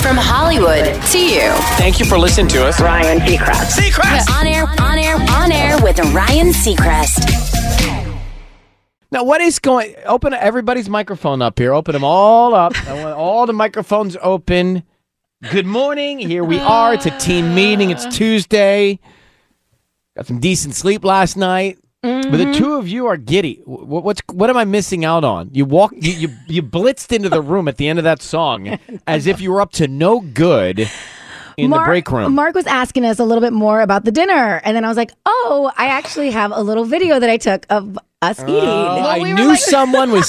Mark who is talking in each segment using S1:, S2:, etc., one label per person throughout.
S1: From Hollywood to you.
S2: Thank you for listening to us.
S3: Ryan Seacrest.
S1: Seacrest! On air, on air, on air with Ryan Seacrest.
S2: Now, what is going? Open everybody's microphone up here. Open them all up. I want all the microphones open. Good morning. Here we are. It's a team meeting. It's Tuesday. Got some decent sleep last night. But
S4: Mm-hmm.
S2: the two of you are giddy. What, what's what am I missing out on? You walk, you, you you blitzed into the room at the end of that song as if you were up to no good in the
S4: Mark-
S2: break room.
S4: Mark was asking us a little bit more about the dinner, and then I was like, "Oh, I actually have a little video that I took of us eating."
S2: Oh, I knew someone was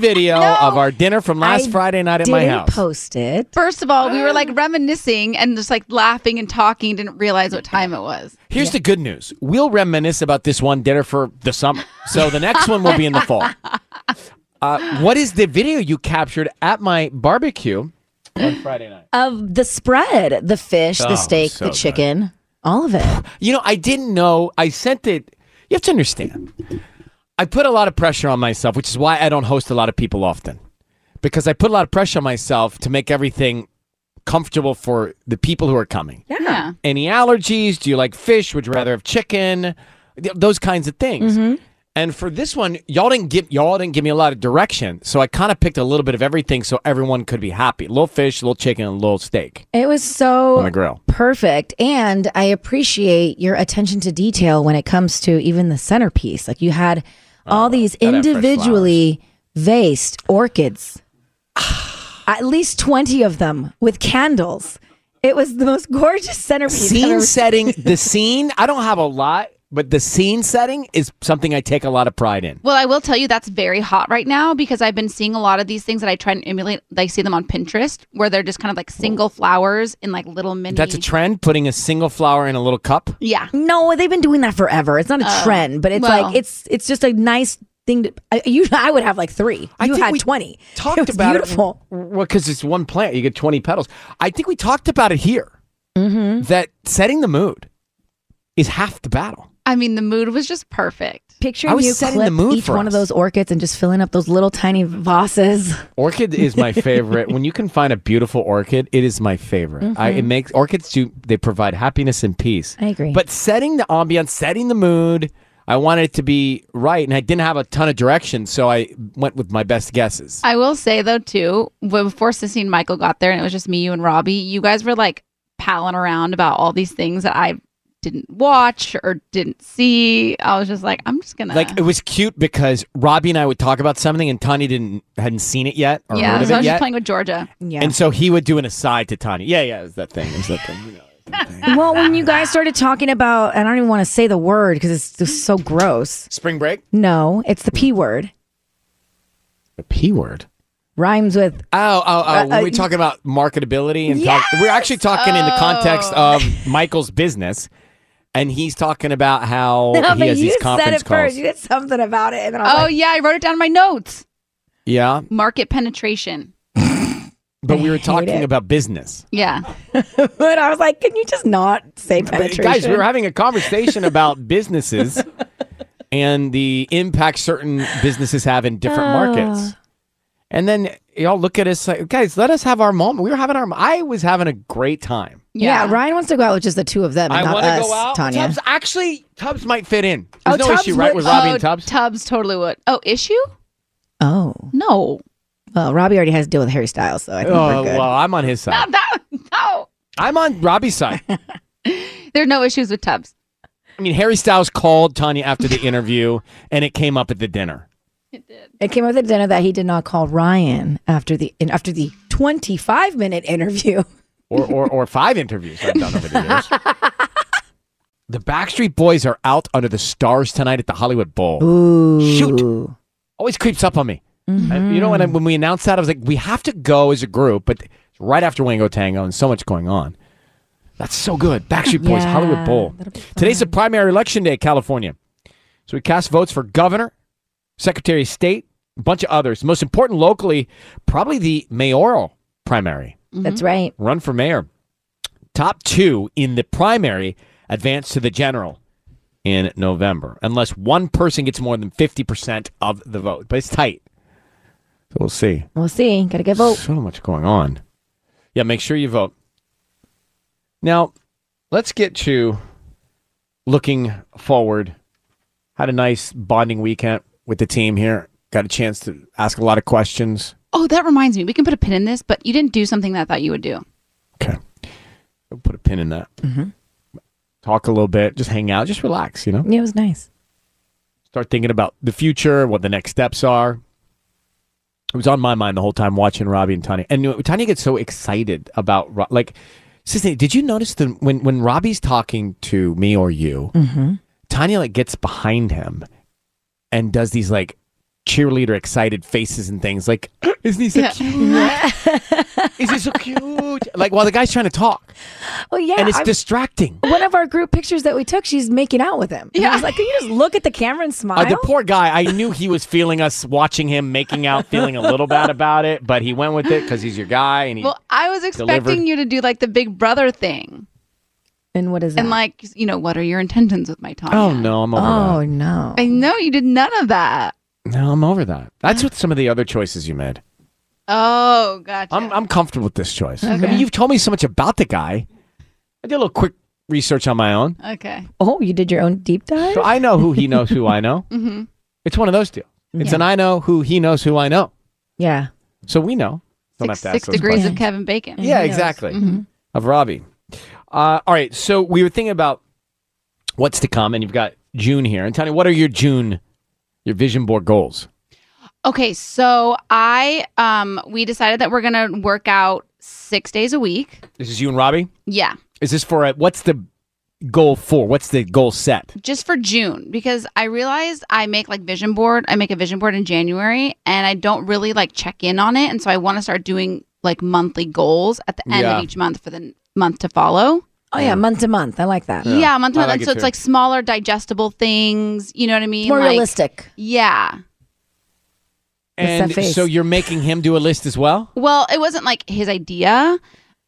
S2: video of our dinner from last
S4: I
S2: Friday night at my
S4: Didn't
S2: house.
S4: post it.
S5: First of all, we were
S2: Oh.
S5: like reminiscing and just like laughing and talking, didn't realize what time it was.
S2: Here's the good news: we'll reminisce about this one dinner for the summer. So the next one will be in the fall. Uh, what is the video you captured at my barbecue on Friday night?
S4: of the spread, the fish,
S2: Oh,
S4: the steak,
S2: so
S4: the
S2: good.
S4: chicken, all of it.
S2: You know, I didn't know. I sent it. You have to understand. I put a lot of pressure on myself, which is why I don't host a lot of people often. Because I put a lot of pressure on myself to make everything comfortable for the people who are coming.
S5: Yeah.
S2: Any allergies? Do you like fish? Would you rather have chicken? Th- Those kinds of things. And for this one, y'all didn't give y'all didn't give me a lot of direction, so I kind of picked a little bit of everything, so everyone could be happy. little fish, little chicken, and little steak
S4: It was
S2: on the
S4: so
S2: grill.
S4: perfect, and I appreciate your attention to detail when it comes to even the centerpiece. Like you had
S2: Oh,
S4: all these
S2: gotta have fresh
S4: individually vased orchids, at least twenty of them with candles. It was the most gorgeous centerpiece. I've
S2: scene
S4: ever-
S2: setting the scene i don't have a lot but the scene setting is something i take a lot of pride in
S5: Well, I will tell you that's very hot right now because I've been seeing a lot of these things that I try and emulate. I see them on Pinterest where they're just kind of like single flowers in like little mini.
S2: that's a trend putting a single flower in a little cup
S5: yeah.
S4: No, they've been doing that forever. It's not a
S2: Oh,
S4: trend, but it's
S5: well.
S4: like it's it's just a nice thing to. I, you, I would have like three.
S2: I
S4: you
S2: think
S4: had
S2: we
S4: twenty.
S2: talked
S4: it was
S2: about
S4: beautiful.
S2: it well because it's one plant you get 20 petals i think we talked about it here
S5: Mm-hmm.
S2: that setting the mood is half the battle
S5: I mean, the mood was just perfect.
S4: Picturing
S2: I was
S4: you
S2: setting
S4: clip
S2: the mood
S4: each
S2: for
S4: one of
S2: us.
S4: those orchids and just filling up those little tiny vases.
S2: orchid is my favorite when you can find a beautiful orchid it is my favorite I,
S5: Mm-hmm.
S2: it makes orchids do they provide happiness and peace
S4: I agree.
S2: But setting the ambiance, setting the mood, I wanted it to be right, and I didn't have a ton of direction, so I went with my best guesses.
S5: I will say though too, when- before Sissy and Michael got there, and it was just me, you, and Robbie. You guys were like palling around about all these things that I didn't watch or didn't see. I was just like, I'm just gonna
S2: Like it was cute because Robbie and I would talk about something, and Tanya didn't hadn't seen it yet or heard of it
S5: yeah. So I was just
S2: yet,
S5: playing with Georgia.
S4: yeah.
S2: and so he would do an aside to Tanya. Yeah, yeah, it's that thing. It's that thing. You know.
S4: well, when you guys started talking about, and I don't even want to say the word because it's just so gross.
S2: Spring break.
S4: No, it's the p word.
S2: The p word.
S4: Rhymes with
S2: Oh, oh, oh!
S4: uh,
S2: when we talk about marketability and talk, we're actually talking in the context
S4: Oh.
S2: of Michael's business, and he's talking about how
S4: no,
S2: Oh, he
S4: but
S2: has
S4: you
S2: these
S4: said
S2: conference
S4: it
S2: calls.
S4: first. You did something about it, and then I was
S5: Oh
S4: like,
S5: yeah, I wrote it down in my notes.
S2: Yeah,
S5: Market penetration.
S2: but we were
S4: hate
S2: talking
S4: it.
S2: about business.
S5: Yeah.
S4: But I was like, can you just not say
S2: But
S4: penetration?
S2: guys, we were having a conversation about businesses and the impact certain businesses have in different
S4: Ah.
S2: markets. And then y'all look at us like, guys, let us have our moment. We were having our. I was having a great time.
S4: yeah.
S5: Yeah.
S4: Ryan wants to go out with just the two of them, and
S2: I
S4: not
S2: want to
S4: us,
S2: go out.
S4: Tanya.
S2: Tubbs, actually, Tubbs might fit in.
S4: Oh,
S2: There's no
S4: Tubbs
S2: issue, right,
S4: would-
S2: with Robbie
S5: oh,
S2: and Tubbs?
S5: Tubbs totally would. Oh, issue?
S4: oh,
S5: No.
S4: well, Robbie already has to deal with Harry Styles, so I think
S2: Oh,
S4: we're good.
S2: well, I'm on his side.
S5: Not that no.
S2: I'm on Robbie's side.
S5: There are no issues with Tubbs.
S2: I mean, Harry Styles called Tanya after the interview, and it came up at the dinner.
S4: It came up at dinner that he did not call Ryan after the in- after the 25 minute interview.
S2: or, or, or five interviews I've done over the years. the Backstreet Boys are out under the stars tonight at the Hollywood Bowl.
S4: Ooh.
S2: Shoot. Always creeps up on me. I- you know, when,
S4: Mm-hmm.
S2: I, when we announced that, I was like, we have to go as a group, but it's right after Wango Tango and so much going on. That's so good. Backstreet Boys,
S4: Yeah,
S2: Hollywood Bowl.
S4: that'll be
S2: Today's the primary election day, in California. So we cast votes for governor, secretary of state, a bunch of others. Most important locally, probably the mayoral primary
S4: That's right.
S2: run for mayor. Top two in the primary advance to the general in November, unless one person gets more than 50% of the vote. But it's tight. So we'll see.
S4: We'll see. Got to get vote.
S2: So much going on. Yeah, make sure you vote. Now, let's get to looking forward. Had a nice bonding weekend with the team here. Got a chance to ask a lot of questions.
S5: Oh, that reminds me. We can put a pin in this, but you didn't do something that I thought you would do.
S2: Okay. We'll put a pin in that. Talk a little bit, just hang out, just relax, you know?
S4: Yeah, it was nice.
S2: Start thinking about the future, what the next steps are. It was on my mind the whole time watching Robbie and Tanya. And you know, Tanya gets so excited about, Ro- like, Sisney, did you notice that when, when Robbie's talking to me or you, Tanya, like, gets behind him and does these, like, cheerleader excited faces and things like isn't he so
S5: Yeah.
S2: cute is he so cute like while the guy's trying to talk
S4: Oh yeah.
S2: and it's
S4: I-
S2: distracting.
S4: one of our group pictures that we took, she's making out with him. And I
S5: Yeah.
S4: was like, can you just look at the camera and smile?
S2: Uh, the poor guy, I knew he was feeling us watching him making out, feeling a little bad about it, but he went with it because he's your guy. And he,
S5: Well, I was expecting
S2: Delivered.
S5: you to do like the big brother thing.
S4: and what is that?
S5: And like, you know, what are your intentions with my time?
S2: oh no, I'm over
S4: oh no.
S5: I know you did none of that.
S2: that. No, I'm over that. That's what some of the other choices you made.
S5: Oh, gotcha.
S2: I'm I'm comfortable with this choice. I mean, you've told me so much about the guy. I did a little quick research on my own,
S5: okay.
S4: oh, you did your own deep dive.
S2: so I know who he knows who I know.
S5: hmm
S2: It's one of those two. It's an I know who he knows who I know.
S4: yeah.
S2: So we know. Don't
S5: Six,
S2: have to ask
S5: six
S2: those
S5: degrees
S2: questions.
S5: of Kevin Bacon.
S2: Yeah,
S4: knows?
S2: exactly. Of Robbie. Uh, all right. So we were thinking about what's to come, and you've got June here. And Tony, what are your June, your vision board goals?
S5: Okay, so I um we decided that we're gonna work out six days a week.
S2: This is you and Robbie.
S5: Yeah,
S2: Is this for a, what's the goal for? What's the goal set?
S5: just for June because I realized I make like vision board. I make a vision board in January, and I don't really like check in on it, and so I want to start doing like monthly goals at the end
S2: Yeah.
S5: of each month for the n- month to follow.
S4: Oh
S2: Mm.
S4: yeah, month to month. I like that.
S5: Yeah, month to
S2: I
S5: month.
S2: like
S5: and
S2: it
S5: so it's
S2: too.
S5: like smaller, digestible things. You know what I mean?
S4: It's more
S5: Like-
S4: realistic.
S5: Yeah.
S4: What's that
S2: And
S4: face?
S2: so you're making him do a list as well.
S5: Well, it wasn't like his idea.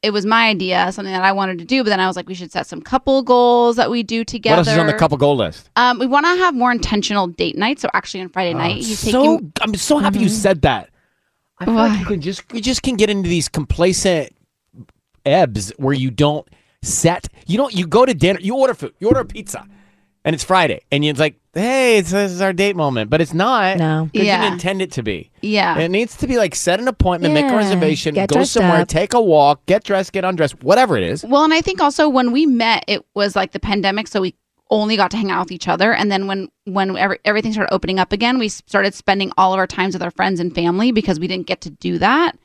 S5: It was my idea, something that I wanted to do. But then I was like, we should set some couple goals that we do together.
S2: What else is on the couple goal list?
S5: Um, we want to have more intentional date nights. So actually, on Friday night, he's
S2: Oh, so
S5: taking.
S2: I'm so happy you said that. I feel like
S5: Why?
S2: you can just you just can get into these complacent ebbs where you don't set you don't you go to dinner you order food you order a pizza and it's Friday and it's like hey it's, this is our date moment but it's not
S4: No.
S2: 'cause you
S5: Yeah.
S2: didn't intend it to be
S5: Yeah.
S2: it needs to be like set an appointment make a
S4: Yeah.
S2: reservation
S4: Get
S2: go
S4: dressed
S2: somewhere
S4: up.
S2: take a walk get dressed get undressed whatever it is
S5: Well, and I think also when we met, it was like the pandemic, so we only got to hang out with each other. And then when when every, everything started opening up again, we s- started spending all of our times with our friends and family because we didn't get to do that.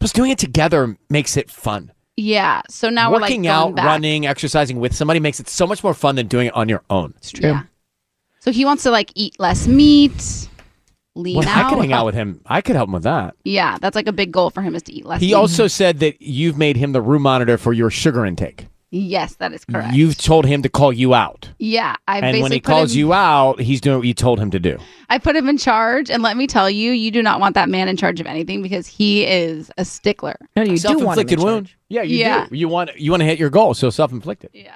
S2: plus doing it together makes it fun
S5: Yeah. So now we're like
S2: working
S5: going
S2: out
S5: back.
S2: running exercising with somebody makes it so much more fun than doing it on your own
S5: It's true. So he wants to like eat less meat, lean
S2: well,
S5: out.
S2: I could hang out with him I could help him with that
S5: Yeah, that's like a big goal for him is to eat less.
S2: He
S5: meat.
S2: also said that you've made him the room monitor for your sugar intake.
S5: Yes, that is correct.
S2: You've told him to call you out.
S5: yeah, I
S2: and
S5: basically
S2: when he
S5: put
S2: calls
S5: him-
S2: you out, he's doing what you told him to do.
S5: I put him in charge, and let me tell you, you do not want that man in charge of anything because he is a stickler.
S6: No, you do want him
S2: Self-inflicted
S6: in
S2: wound.
S6: charge.
S2: Yeah, you
S5: Yeah.
S2: do. You want you want to hit your goal, so self-inflicted.
S5: Yeah.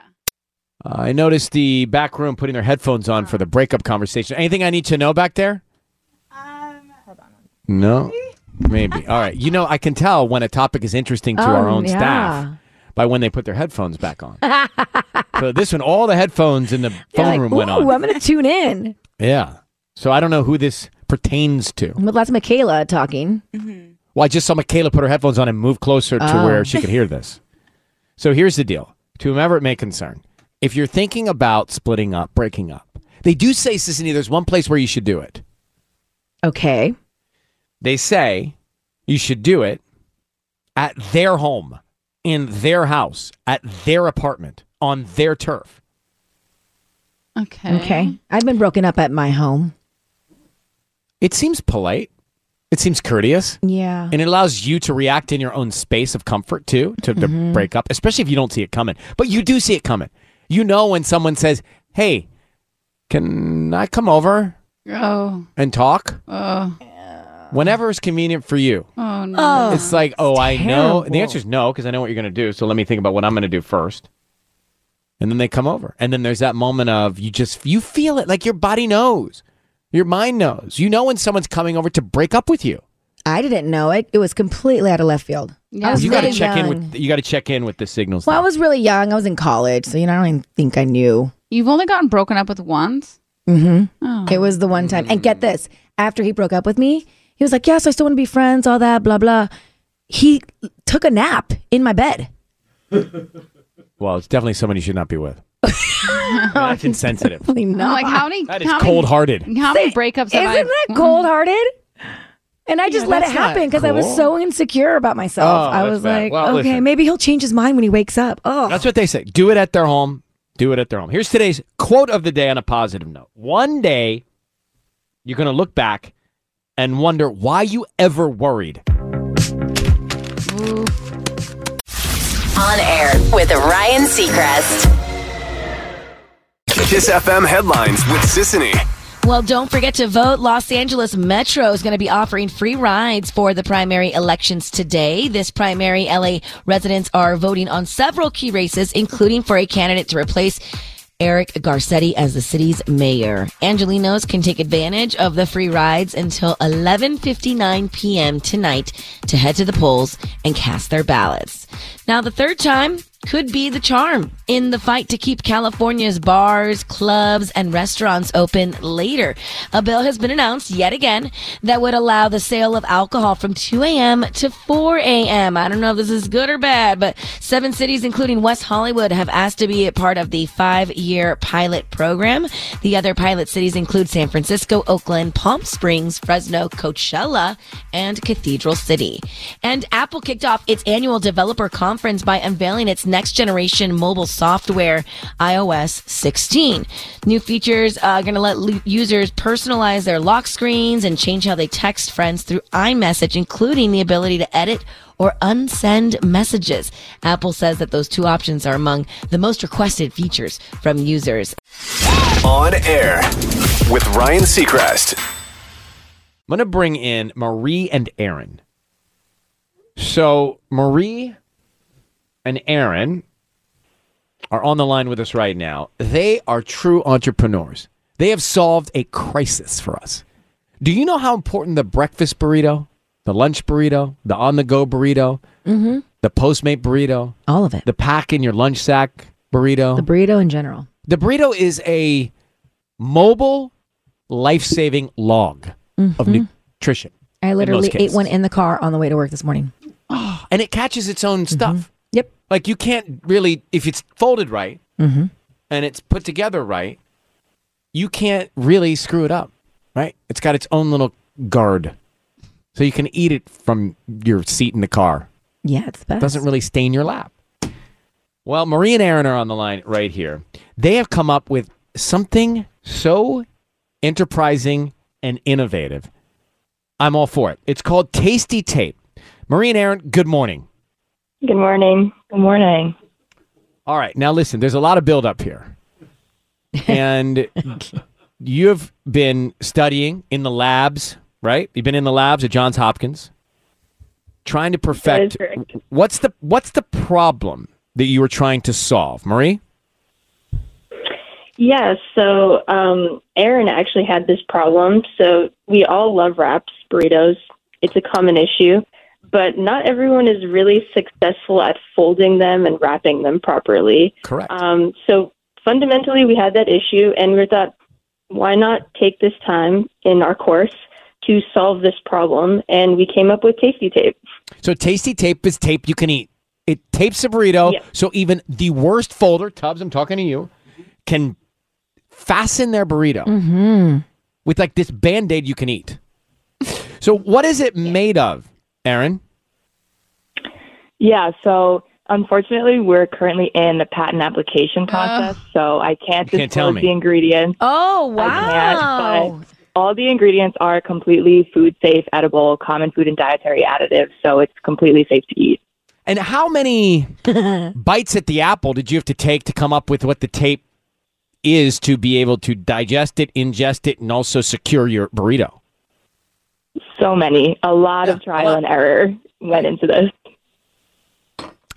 S2: Uh, I noticed the back room putting their headphones on for the breakup conversation. Anything I need to know back there? Um, no, maybe. All right. You know, I can tell when a topic is interesting to our
S6: Oh,
S2: own
S6: yeah.
S2: staff by when they put their headphones back on. so this one, all the headphones in the
S6: You're
S2: phone
S6: like,
S2: room went
S6: "Ooh,
S2: on.
S6: I'm going to tune in.
S2: Yeah. So I don't know who this pertains to.
S6: But that's Michaela talking.
S2: Well, I just saw Michaela put her headphones on and move closer to
S6: Oh.
S2: where she could hear this. So here's the deal to whomever it may concern. If you're thinking about splitting up, breaking up, they do say, Sissany, there's one place where you should do it.
S6: Okay.
S2: They say you should do it at their home, in their house, at their apartment, on their turf.
S5: Okay.
S6: Okay. I've been broken up at my home.
S2: It seems polite, it seems courteous.
S6: Yeah.
S2: And it allows you to react in your own space of comfort too, to, to break up, especially if you don't see it coming. But you do see it coming. You know when someone says, "Hey, can I come over
S5: Oh.
S2: and talk?"
S5: Oh.
S2: Whenever is convenient for you.
S5: Oh no.
S2: it's like, "Oh, I know." The
S6: terrible.
S2: answer is no because I know what you're going to do. So let me think about what I'm going to do first. And then they come over, and then there's that moment of you just you feel it, like your body knows, your mind knows. You know when someone's coming over to break up with you.
S6: I didn't know it. It was completely out of left field.
S5: Yeah.
S6: I was
S2: You got
S6: really
S2: to check in
S6: young.
S2: with you got to check in with the signals.
S6: Well, I
S2: though.
S6: was really young. I was in college, so you know, I don't even think I knew.
S5: You've only gotten broken up with once.
S2: Mm-hmm.
S6: hmm
S5: Oh.
S6: It was the one time. And get this: after he broke up with me, he was like, "Yes, I still want to be friends. All that, blah blah." He took a nap in my bed.
S2: Well, it's definitely someone you should not be with. I mean, that's insensitive.
S6: Probably
S5: I'm
S6: not.
S5: like how many?
S2: That is
S5: how many-
S2: cold hearted.
S5: Oh How many breakups?
S6: Isn't
S5: have I- Mm-hmm.
S6: that cold hearted? And I just let it
S2: that's not
S6: happen because I was
S2: cool.
S6: so insecure about myself.
S2: Oh,
S6: I
S2: that's
S6: was
S2: bad.
S6: like,
S2: Well,
S6: okay,
S2: listen.
S6: maybe he'll change his mind when he wakes up. Oh,
S2: That's what they say. Do it at their home. Do it at their home. Here's today's quote of the day on a positive note. One day, you're going to look back and wonder why you ever worried.
S7: On air with Ryan Seacrest.
S8: Kiss FM headlines with Sissany.
S4: Well, don't forget to vote. Los Angeles Metro is going to be offering free rides for the primary elections today. This primary, LA residents are voting on several key races, including for a candidate to replace Eric Garcetti as the city's mayor. Angelinos can take advantage of the free rides until 11:59 p.m. tonight to head to the polls and cast their ballots. Now, the third time could be the charm in the fight to keep California's bars, clubs, and restaurants open later. A bill has been announced yet again that would allow the sale of alcohol from 2 a.m. to 4 a.m. I don't know if this is good or bad, but seven cities, including West Hollywood, have asked to be a part of the five year pilot program. The other pilot cities include San Francisco, Oakland, Palm Springs, Fresno, Coachella, and Cathedral City. And Apple kicked off its annual developer conference by unveiling its next generation mobile software, iOS 16. New features are going to let lu- users personalize their lock screens and change how they text friends through iMessage, including the ability to edit or unsend messages. Apple says that those two options are among the most requested features from users.
S8: On air with Ryan Seacrest.
S2: I'm going to bring in Marie and Aaron. So, Marie and Aaron are on the line with us right now. They are true entrepreneurs. They have solved a crisis for us. Do you know how important the breakfast burrito, the lunch burrito, the on the go burrito, the Postmate burrito,
S6: Mm-hmm. all of it.
S2: the pack in your lunch sack burrito?
S6: the burrito in general.
S2: The burrito is a mobile life saving log of
S6: Mm-hmm.
S2: nutrition.
S6: I literally ate
S2: cases.
S6: one in the car on the way to work this morning.
S2: And it catches its own stuff.
S6: Mm-hmm. Yep.
S2: Like you can't really, if it's folded right
S6: Mhm.
S2: and it's put together right, you can't really screw it up, right? It's got its own little guard. So you can eat it from your seat in the car.
S6: Yeah, it's the best.
S2: doesn't really stain your lap. Well, Marie and Aaron are on the line right here. They have come up with something so enterprising and innovative. I'm all for it. It's called Tasty Tape. Marie and Aaron, good morning.
S9: Good morning. Good morning.
S2: All right, now listen. There's a lot of buildup here, and you have been studying in the labs, right? You've been in the labs at Johns Hopkins, trying to perfect. What's the What's the problem that you were trying to solve, Marie?
S9: Yeah, so um, Aaron actually had this problem. So we all love wraps, burritos. It's a common issue, but not everyone is really successful at folding them and wrapping them properly.
S2: Correct.
S9: Um, so fundamentally, we had that issue, and we thought, why not take this time in our course to solve this problem? And we came up with Tasty Tape.
S2: So tasty tape is tape you can eat. It tapes a burrito, so even the worst folder, Tubbs, I'm talking to you, can fasten their burrito with like this band aid you can eat. so what is it made of, Aaron?
S10: Yeah, so unfortunately, we're currently in the patent application process, so I can't
S2: Uh. You can't tell
S10: disclose
S2: me. Oh.
S10: the ingredients.
S11: Oh,
S10: I
S11: wow.
S10: can't, but all the ingredients are completely food safe, edible, common food and dietary additives, so it's completely safe to eat.
S2: And how many bites at the apple did you have to take to come up with what the tape is to be able to digest it, ingest it, and also secure your burrito?
S10: So many. A lot of trial and error went into this.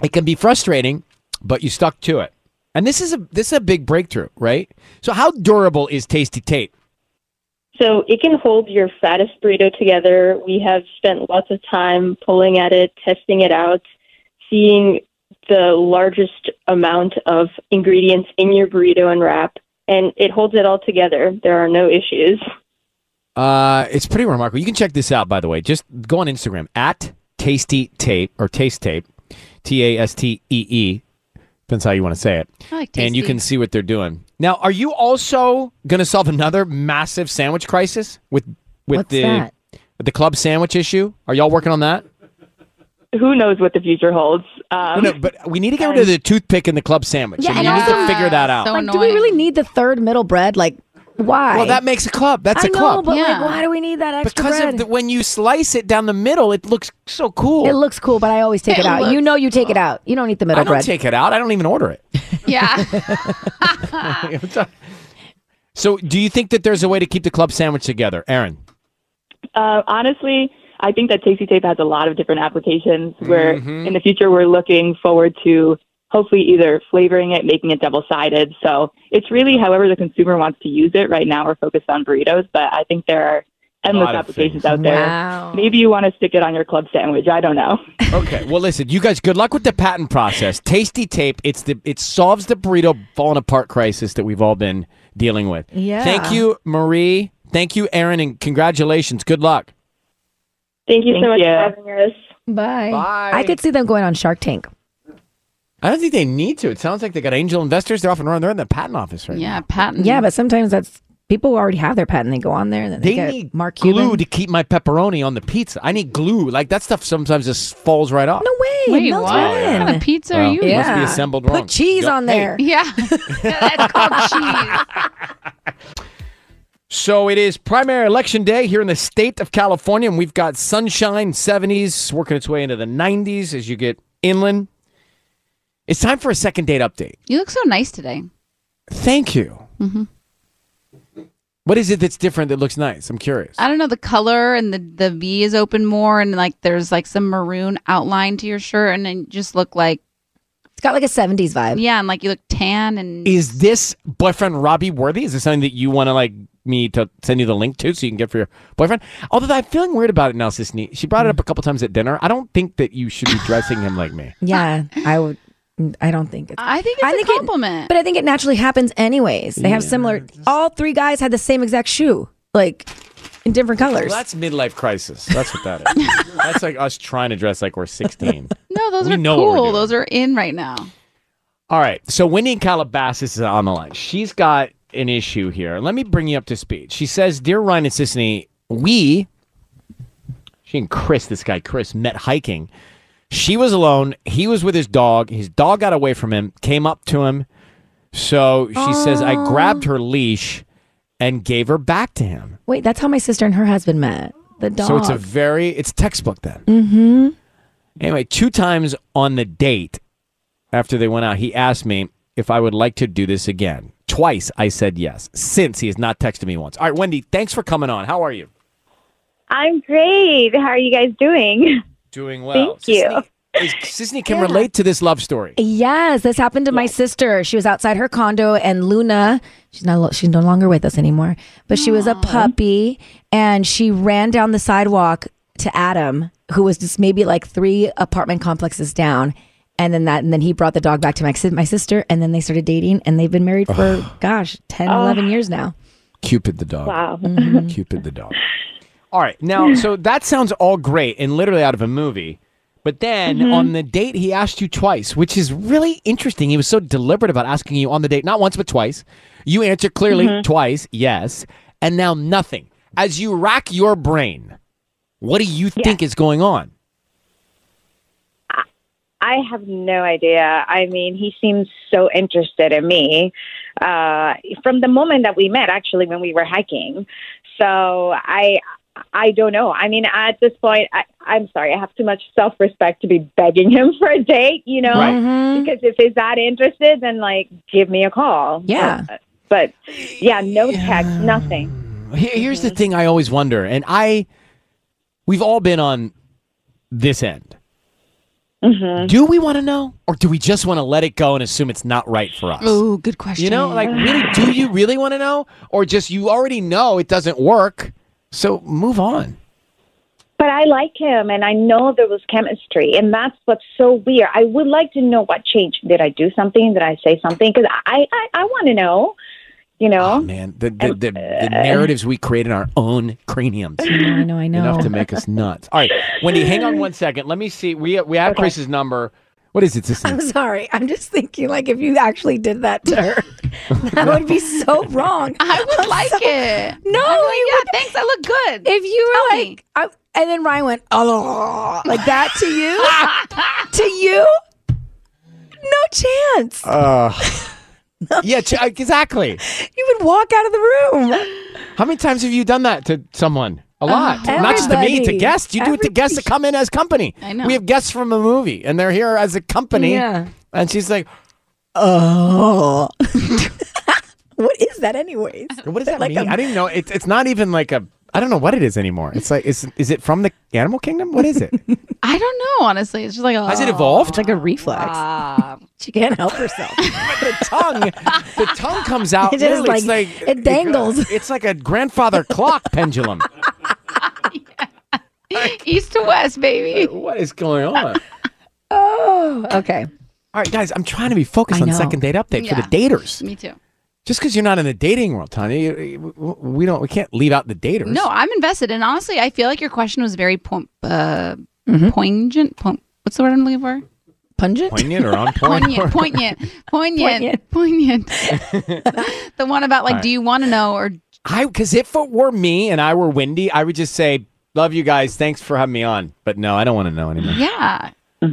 S2: it can be frustrating, but you stuck to it. And this is a this is a big breakthrough, right? So how durable is Tasty Tape?
S9: So it can hold your fattest burrito together. We have spent lots of time pulling at it, testing it out, seeing the largest amount of ingredients in your burrito and wrap, and it holds it all together. There are no issues.
S2: Uh, it's pretty remarkable. You can check this out, by the way. Just go on Instagram at Tasty Tape or Taste Tape, T A S T E E. Depends how you want to say it.
S5: I like
S2: and you
S5: tasty.
S2: can see what they're doing. Now, are you also going to solve another massive sandwich crisis with with
S9: What's
S2: the
S9: that?
S2: with the club sandwich issue? Are y'all working on that?
S10: Who knows what the future holds? Um,
S2: no, no, but we need to get rid of the toothpick and the club sandwich.
S4: Yeah,
S2: and we
S4: and
S2: need to
S4: also-
S2: figure that out.
S4: like, do we really need the third middle bread? Like, why?
S2: Well, that makes a club. That's
S4: I
S2: a club.
S4: Know, but
S2: Yeah.
S4: like, why do we need that extra
S2: because
S4: bread?
S2: of the, when you slice it down the middle, it looks so cool.
S4: it looks cool, but I always take
S2: It
S4: it, out. You
S2: looks
S4: know, you take it out. You don't eat the
S2: I
S4: middle
S2: don't
S4: bread.
S2: take it out. I don't even order it.
S5: Yeah.
S2: so, do you think that there's a way to keep the club sandwich together, Aaron?
S10: Uh, honestly, I think that Tasty Tape has a lot of different applications where
S2: Mhm.
S10: in the future we're looking forward to hopefully either flavoring it, making it double sided. So it's really however the consumer wants to use it. Right now we're focused on burritos, but I think there are endless
S2: Lot of
S10: applications
S2: things.
S10: out there.
S2: Wow.
S10: Maybe you want to stick it on your club sandwich. I don't know.
S2: Okay. Well, listen, you guys. Good luck with the patent process. Tasty tape. It's the it solves the burrito falling apart crisis that we've all been dealing with.
S9: Yeah.
S2: Thank you, Marie. Thank you, Aaron, and congratulations. Good luck.
S9: Thank you
S4: Thank
S9: so much
S4: you.
S9: for having us.
S4: Bye.
S2: Bye.
S4: I could see them going on Shark Tank.
S2: I don't think they need to. It sounds like they got angel investors. They're off and running. They're in the patent office right now.
S5: patent.
S4: Yeah, but sometimes that's people already have their patent. They go on there and then they,
S2: They
S4: get
S2: need
S4: Mark Cuban.
S2: glue to keep my pepperoni on the pizza. I need glue. Like that stuff sometimes just falls right off.
S4: No way.
S5: Wait,
S4: it melts
S5: what?
S2: Oh,
S4: right
S5: What
S4: in.
S5: kind of pizza are
S2: Well,
S5: you?
S2: must be
S5: eating?
S2: assembled Put wrong.
S4: cheese on there.
S5: Yeah. That's called cheese.
S2: So it is primary election day here in the state of California, and we've got sunshine, 70s, working its way into the 90s as you get inland. It's time for a second date update.
S5: You look so nice today.
S2: Thank you.
S5: hmm
S2: What is it that's different that looks nice? I'm curious.
S5: I don't know the color and the the V is open more and like there's like some maroon outline to your shirt and then you just look like
S4: it's got like a 70s vibe.
S5: Yeah, and like you look tan and
S2: Is this boyfriend Robbie worthy? Is this something that you want to like me to send you the link to so you can get for your boyfriend? Although I'm feeling weird about it now, Sisney. She brought it up a couple times at dinner. I don't think that you should be dressing him like me.
S4: Yeah, I would. I don't think it's.
S5: I think it's a compliment.
S4: but I think it naturally happens anyways. They have
S2: Yeah.
S4: similar. All three guys had the same exact shoe, like in different colors.
S2: Well, that's midlife crisis. That's what that is. that's like us trying to dress like we're 16.
S5: no, those
S2: We
S5: are
S2: know what we're
S5: cool.
S2: doing.
S5: Those are in right now.
S2: All right. So Wendy in Calabasas is on the line. She's got an issue here. Let me bring you up to speed. She says, Dear Ryan and Sisney, we, she and Chris, this guy Chris, met hiking. She was alone. He was with his dog. His dog got away from him, came up to him. So she says, I grabbed her leash and gave her back to him.
S4: Wait, that's how my sister and her husband met. The dog.
S2: So it's a very, it's textbook then.
S4: Mm-hmm.
S2: Anyway, two times on the date, after they went out, he asked me if I would like to do this again. Twice I said yes. Since he has not texted me once. All right, Wendy, thanks for coming on. How are you?
S12: I'm great. How are you guys doing?
S2: Doing
S12: Thank you.
S2: Sisney can relate to this love story.
S4: Yes, this happened to my sister. She was outside her condo, and Luna, she's not, she's no longer with us anymore, but she was a puppy, and she ran down the sidewalk to Adam, who was just maybe like three apartment complexes down, and then that, and then he brought the dog back to my sis- my sister, and then they started dating, and they've been married for gosh, 10,
S2: Oh.
S4: 11 years now.
S2: Cupid the dog.
S4: Wow.
S2: Cupid the dog. All right. Now, so that sounds all great and literally out of a movie. But then
S13: Mhm.
S2: on the date, he asked you twice, which is really interesting. He was so deliberate about asking you on the date, not once, but twice. You answer clearly
S13: Mhm.
S2: twice, yes, and now nothing. As you rack your brain, what do you think is going on?
S12: I have no idea. I mean, he seems so interested in me uh, from the moment that we met, actually, when we were hiking. So I, I don't know. I mean, at this point, I, I'm sorry. I have too much self-respect to be begging him for a date. You
S5: Oh,
S12: know,
S5: mm-hmm.
S2: Right.
S12: because if he's that interested, then like, give me a call.
S2: Yeah.
S12: Uh, But yeah, no text, nothing.
S2: Here- Here's the thing I always wonder, and I, we've all been on this end. Do we want to know, or do we just want to let it go and assume it's not right for us?
S5: Oh, good question.
S2: You know, like really, do you really want to know, or just you already know it doesn't work, so move on?
S12: But I like him, and I know there was chemistry, and that's what's so weird. I would like to know what changed. Did I do something? Did I say something? Because I, I, I want to know. You know,
S2: Oh, Man, the the, the, the narratives we create in our own craniums. I
S4: know, I know, I know.
S2: Enough to make us nuts. All right, Wendy, hang on one second. Let me see. We we have Chris's number. What is it? This
S4: I'm sorry. I'm just thinking, like, if you actually did that to her, that would be so wrong. I would like it. No, you would, thanks. I look good. If you were like, I, and then Ryan went, oh, like that to you, to you, no chance.
S2: Uh, yeah, ch- exactly.
S4: You would walk out of the room.
S2: How many times have you done that to someone? A
S4: Uh,
S2: lot. Not just to me, to
S4: everybody.
S2: guests. You do it to guests that come in as company. I know. We have guests from a movie, and they're here as a company.
S4: Yeah.
S2: And she's like, oh.
S4: What is that, anyways?
S2: What does that mean? I I didn't know. It's it's not even like a. I don't know what it is anymore. It's like, is, is it from the animal kingdom? What is it?
S5: I don't know, honestly. It's just like,
S2: Has it
S5: oh,
S2: evolved? It's
S4: like a reflex. she can't help herself.
S2: the tongue, the tongue comes out.
S4: It is
S2: literally, it's
S4: like-
S2: like
S4: it dangles.
S2: It's like a grandfather clock pendulum.
S5: east to west, baby.
S2: What is going on?
S4: Oh, okay.
S2: All right, guys, I'm trying to be focused
S4: I
S2: on
S4: know.
S2: second date update for
S5: Yeah.
S2: the daters.
S5: Me too.
S2: Just because you're not in the dating world, Tanya, you- you- we don't we can't leave out the daters.
S5: No, I'm invested. And honestly, I feel like your question was very pom- uh, poignant. Pom- what's the word I'm looking for?
S4: Pungent?
S2: Poignant or on point?
S5: Poignant, poignant, poignant, poignant. the one about like,
S2: All right.
S5: do you want to know or
S2: I because if it were me and I were Wendy, I would just say, "Love you guys. Thanks for having me on." But no, I don't want to know anymore.
S5: yeah?
S2: All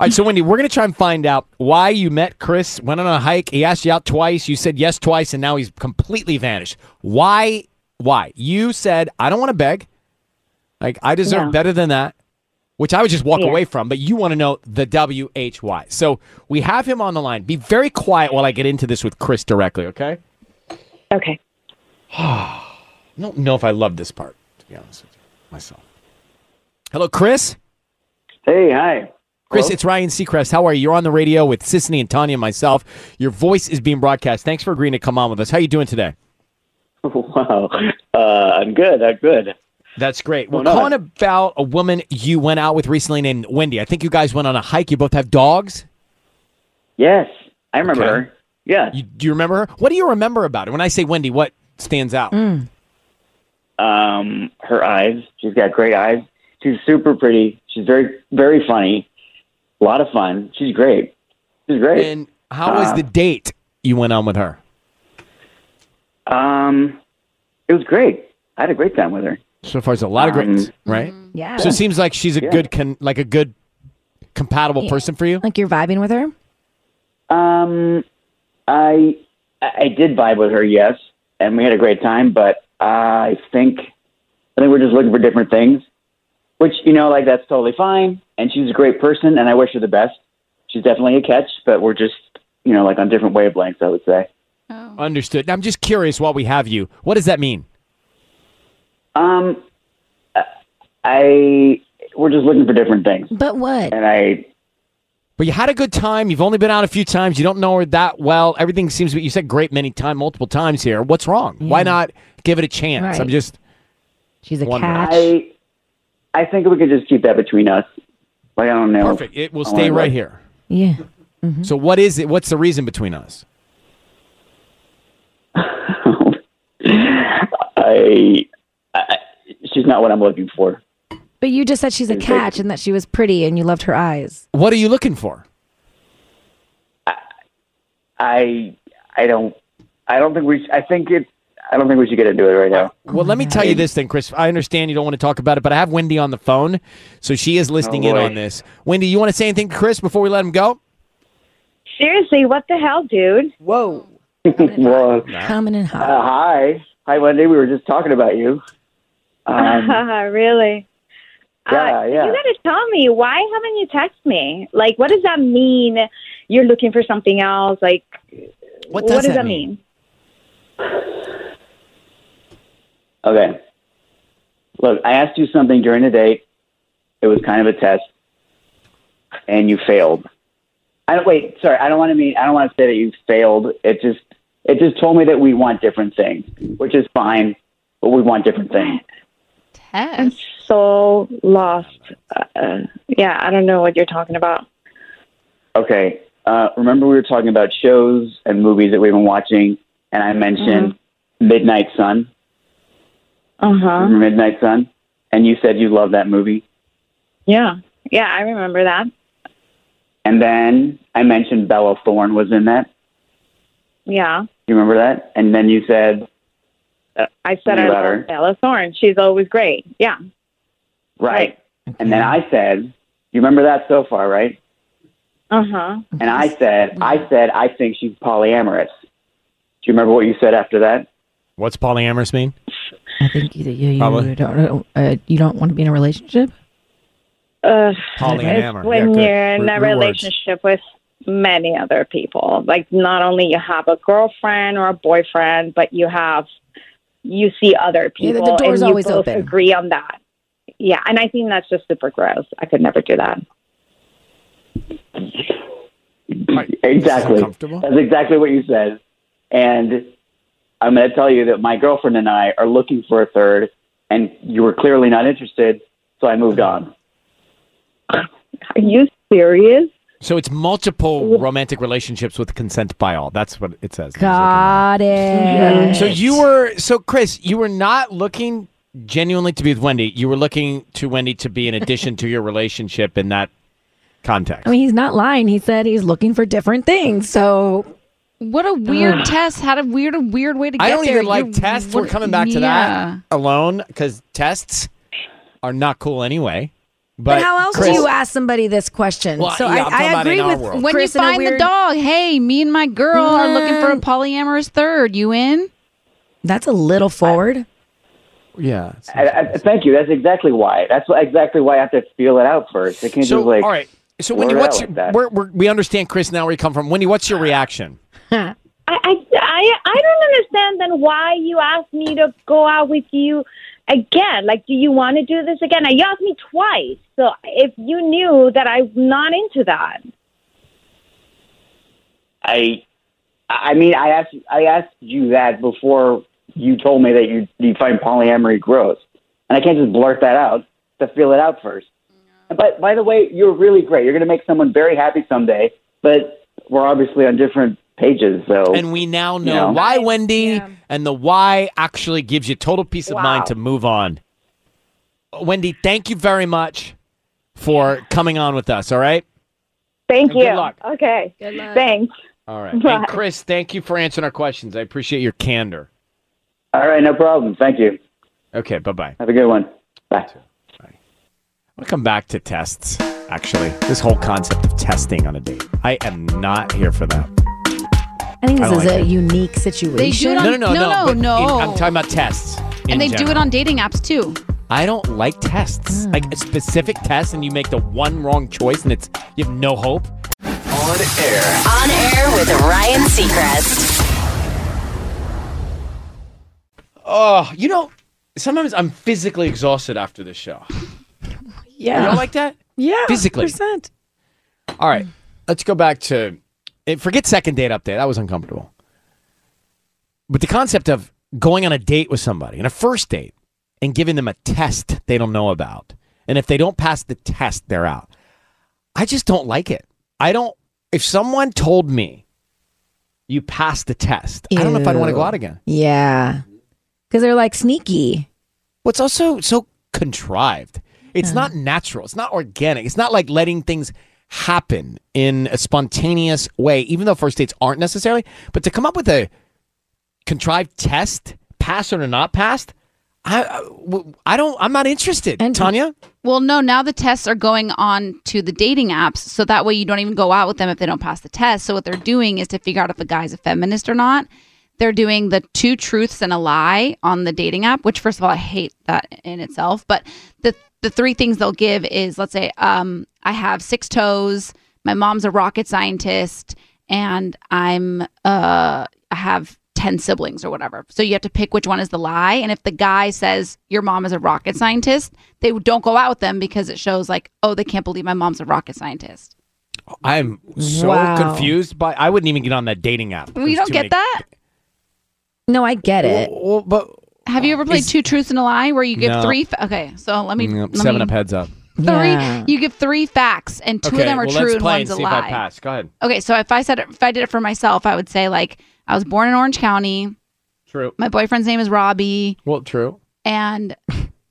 S2: right, so Wendy, we're gonna try and find out why you met Chris. Went on a hike. He asked you out twice. You said yes twice, and now he's completely vanished. Why? Why? You said I don't want to beg. Like I deserve
S13: Yeah.
S2: better than that, which I would just walk away from. But you want to know the W H Y. So we have him on the line. Be very quiet while I get into this with Chris directly. Okay.
S12: Okay.
S2: I don't know if I love this part, to be honest with you, myself. Hello, Chris.
S14: Hey, hi.
S2: Chris, it's Ryan Seacrest. How are you? You're on the radio with Sissany and Tanya and myself. Your voice is being broadcast. Thanks for agreeing to come on with us. How you doing today?
S14: Wow. Uh, I'm good. I'm good.
S2: That's great. We're
S14: Going on?
S2: calling about a woman you went out with recently named Wendy. I think you guys went on a hike. You both have dogs.
S14: Yes, I remember her. Yeah.
S2: You, do you remember her? What do you remember about her? When I say Wendy, what stands out?
S4: Mm.
S14: Um, her eyes. She's got great eyes. She's super pretty. She's very, very funny. A lot of fun. She's great. She's great.
S2: And How was
S14: Uh,
S2: the date you went on with her?
S14: Um, it was great. I had a great time with her.
S2: So far, it's a lot of
S14: Um,
S2: greats, right?
S4: Mm-hmm. Yeah.
S2: So it seems like she's a
S4: Yeah.
S2: good, con- like a good, compatible
S4: Yeah.
S2: person for you.
S4: Like you're vibing with her?
S14: Um, I I did vibe with her, yes, and we had a great time. But I think I think we're just looking for different things, which you know, like that's totally fine. And she's a great person, and I wish her the best. she's definitely a catch, but we're just you know like on different wavelengths. I would say.
S2: Understood. Now, I'm just curious while we have you, what does that mean?
S14: Um, I we're just looking for different things.
S4: But what?
S14: And I
S2: But you had a good time. You've only been out a few times. You don't know her that well. Everything seems to be, you said great many times, multiple times here. What's wrong? Why not give it a chance?
S14: Right.
S2: I'm just.
S4: She's a
S14: I I think we could just keep that between us. Like I Mm-hmm. don't know.
S2: Perfect. It will stay right here.
S4: Yeah.
S2: So, what is it? What's the reason between us?
S14: I, I she's not what I'm looking for.
S4: But you just said she's a catch and that she was pretty and you loved her eyes.
S2: What are you looking for?
S14: I I don't I don't think we sh- I think it I don't think we should get into it right now.
S2: Well, let me tell you this thing, Chris. I understand you don't want to talk about it, but I have Wendy on the phone, so she is listening in
S14: Oh, boy.
S2: on this. Wendy, you want to say anything to Chris before we let him go?
S12: Seriously, what the hell, dude?
S2: Whoa.
S14: well,
S4: Coming in hot.
S14: Uh, hi, hi, Wendy. We were just talking about you. Um,
S12: really? Uh,
S14: yeah, yeah.
S12: You gotta tell me why haven't you texted me? Like, what does that mean? You're looking for something else? Like,
S2: what
S12: does,
S14: does that
S12: that mean?
S14: Okay. Look, I asked you something during the date. It was kind of a test, and you failed. I don't wait. Sorry, I don't want to mean. I don't want to say that you failed. It just it just told me that we want different things, which is fine, but we want different things.
S12: I'm so lost. Uh, yeah, I don't know what you're talking about.
S14: Okay. Uh, remember, we were talking about shows and movies that we've been watching, and I mentioned
S12: Mm-hmm.
S14: Midnight Sun.
S12: Uh huh.
S14: Remember Midnight Sun? And you said you love that movie.
S12: Yeah. Yeah, I remember that.
S14: And then I mentioned Bella Thorne was in that.
S12: Yeah.
S14: You remember that? And then you said,
S12: I said I
S14: About her.
S12: love Bella Thorne. She's always great. Yeah.
S14: right. And then I said, you remember that so far, right?
S12: Uh
S5: Uh-huh.
S12: huh.
S14: And I said, I said, I think she's polyamorous. Do you remember what you said after that?
S2: What's polyamorous mean?
S4: I think you, you,
S2: Probably.
S4: you, don't, uh, you don't want to be in a relationship?
S12: Uh,
S2: Polyamor.
S12: It's when
S2: Yeah, good.
S12: you're in
S2: Re-
S12: a
S2: rewords.
S12: relationship with many other people, like not only you have a girlfriend or a boyfriend, but you have you see other
S4: Yeah, the-
S12: people.
S4: the door's
S12: and you
S4: always
S12: both
S4: open.
S12: Agree on that. Yeah, and I think that's just super gross. I could never do that.
S14: Exactly. That's exactly what you said. And I'm going to tell you that my girlfriend and I are looking for a third, and you were clearly not interested, so I moved on.
S12: Are you serious?
S2: So it's multiple romantic relationships with consent by all. That's what it says.
S4: Got it.
S2: So you were so Chris, you were not looking genuinely to be with Wendy. You were looking to Wendy to be an addition to your relationship in that context.
S4: I mean, he's not lying. He said he's looking for different things. So.
S5: What a weird test. Had a weird, a weird way to get
S2: I don't
S5: there.
S2: even like
S5: You're-
S2: tests. We're
S5: what-
S2: coming back to
S5: yeah.
S2: that alone because tests are not cool anyway. But,
S4: But, how else
S2: Chris-
S4: do you ask somebody this question?
S2: Well,
S4: so
S2: yeah, I'm talking
S4: I, I
S2: about in
S4: agree
S2: our
S4: with
S2: world.
S5: When
S4: Chris
S5: you
S4: in a
S5: find the
S4: weird-
S5: dog, hey, me and my girl are looking for a polyamorous third. You in?
S4: That's a little forward.
S2: Yeah.
S14: I, I, thank you. That's exactly why. That's why- exactly why I have to feel it out first. I can't
S2: So,
S14: just like.
S2: all right. So
S14: blurt
S2: Wendy,
S14: it out
S2: what's
S14: like
S2: your,
S14: that.
S2: we're, we're, we understand Chris now where you come from. Wendy, what's your reaction?
S12: I, I, I, I don't understand then why you asked me to go out with you again. Like, do you want to do this again? Now, You asked me twice. So if you knew that I'm not into that.
S14: I, I mean, I asked, I asked you that before you told me that you you find polyamory gross, and I can't just blurt that out. To feel it out first. But by the way, you're really great. You're going to make someone very happy someday. But we're obviously on different pages, so.
S2: And we now know
S14: No.
S2: why Wendy and the why actually gives you total peace of mind to move on. Wendy, thank you very much for coming on with us. All right.
S12: Thank
S2: And good
S12: you.
S2: luck.
S12: Okay. Good luck. Thanks.
S2: All right.
S12: Bye.
S2: And Chris, thank you for answering our questions. I appreciate your candor.
S14: all right, no problem. Thank you.
S2: Okay. Bye bye.
S14: Have a good one. Bye.
S2: I'm gonna come back to tests. Actually, this whole concept of testing on a date, I am not here for that.
S4: I think this
S2: I don't
S4: is
S2: like
S4: a
S2: it.
S4: unique situation.
S5: They do it on-
S2: no, no, no,
S5: no,
S2: but in-
S5: no.
S2: I'm talking about tests. in
S5: And they do
S2: general.
S5: it on dating apps too.
S2: I don't like Hmm. tests, like a specific test, and you make the one wrong choice, and it's you have no hope.
S3: On air.
S1: On air with Ryan Seacrest.
S2: Oh, you know, sometimes I'm physically exhausted after this show.
S4: Yeah.
S2: You don't like that?
S4: Yeah.
S2: Physically.
S4: 100%.
S2: All right, let's go back to eh, forget second date update. That was uncomfortable. But the concept of going on a date with somebody and a first date and giving them a test they don't know about, and if they don't pass the test, they're out. I just don't like it. I don't. If someone told me you passed the test, I don't know if I'd want to go
S4: Ew.
S2: out again.
S4: Yeah. Because they're like sneaky.
S2: What's also so contrived. It's not natural. It's not organic. It's not like letting things happen in a spontaneous way, even though first dates aren't necessarily. But to come up with a contrived test, pass or not pass, I, I w- I don't. I'm not interested. Tanya,
S5: Well, no, now the tests are going on to the dating apps. So that way you don't even go out with them if they don't pass the test. So what they're doing is to figure out if a guy's a feminist or not. They're doing the two truths and a lie on the dating app, which first of all, I hate that in itself. But the the three things they'll give is let's say, um, I have six toes, my mom's a rocket scientist, and I'm uh I have 10 siblings or whatever. So you have to pick which one is the lie. And if the guy says your mom is a rocket scientist, they don't go out with them because it shows like, oh, they can't believe my mom's a rocket scientist.
S2: I'm so
S5: Wow.
S2: confused. By I wouldn't even get on that dating app.
S5: We
S2: There's
S5: don't
S2: too
S5: get
S2: many-
S5: that.
S4: No, I get
S2: it. Well, but
S5: Have you ever played two truths and a lie where you give
S2: No.
S5: three? Fa- okay, so let me
S2: Yep,
S5: let
S2: mm, seven
S5: me-
S2: up, heads up.
S5: Three. You give three facts and two
S2: Okay,
S5: of them are
S2: well,
S5: true
S2: let's
S5: and
S2: play
S5: one's
S2: and
S5: a
S2: see
S5: lie.
S2: if I pass. Go ahead.
S5: Okay, so if I said it, if I did it for myself, I would say like I was born in Orange County.
S2: True.
S5: My boyfriend's name is Robbie,
S2: Well, true.
S5: and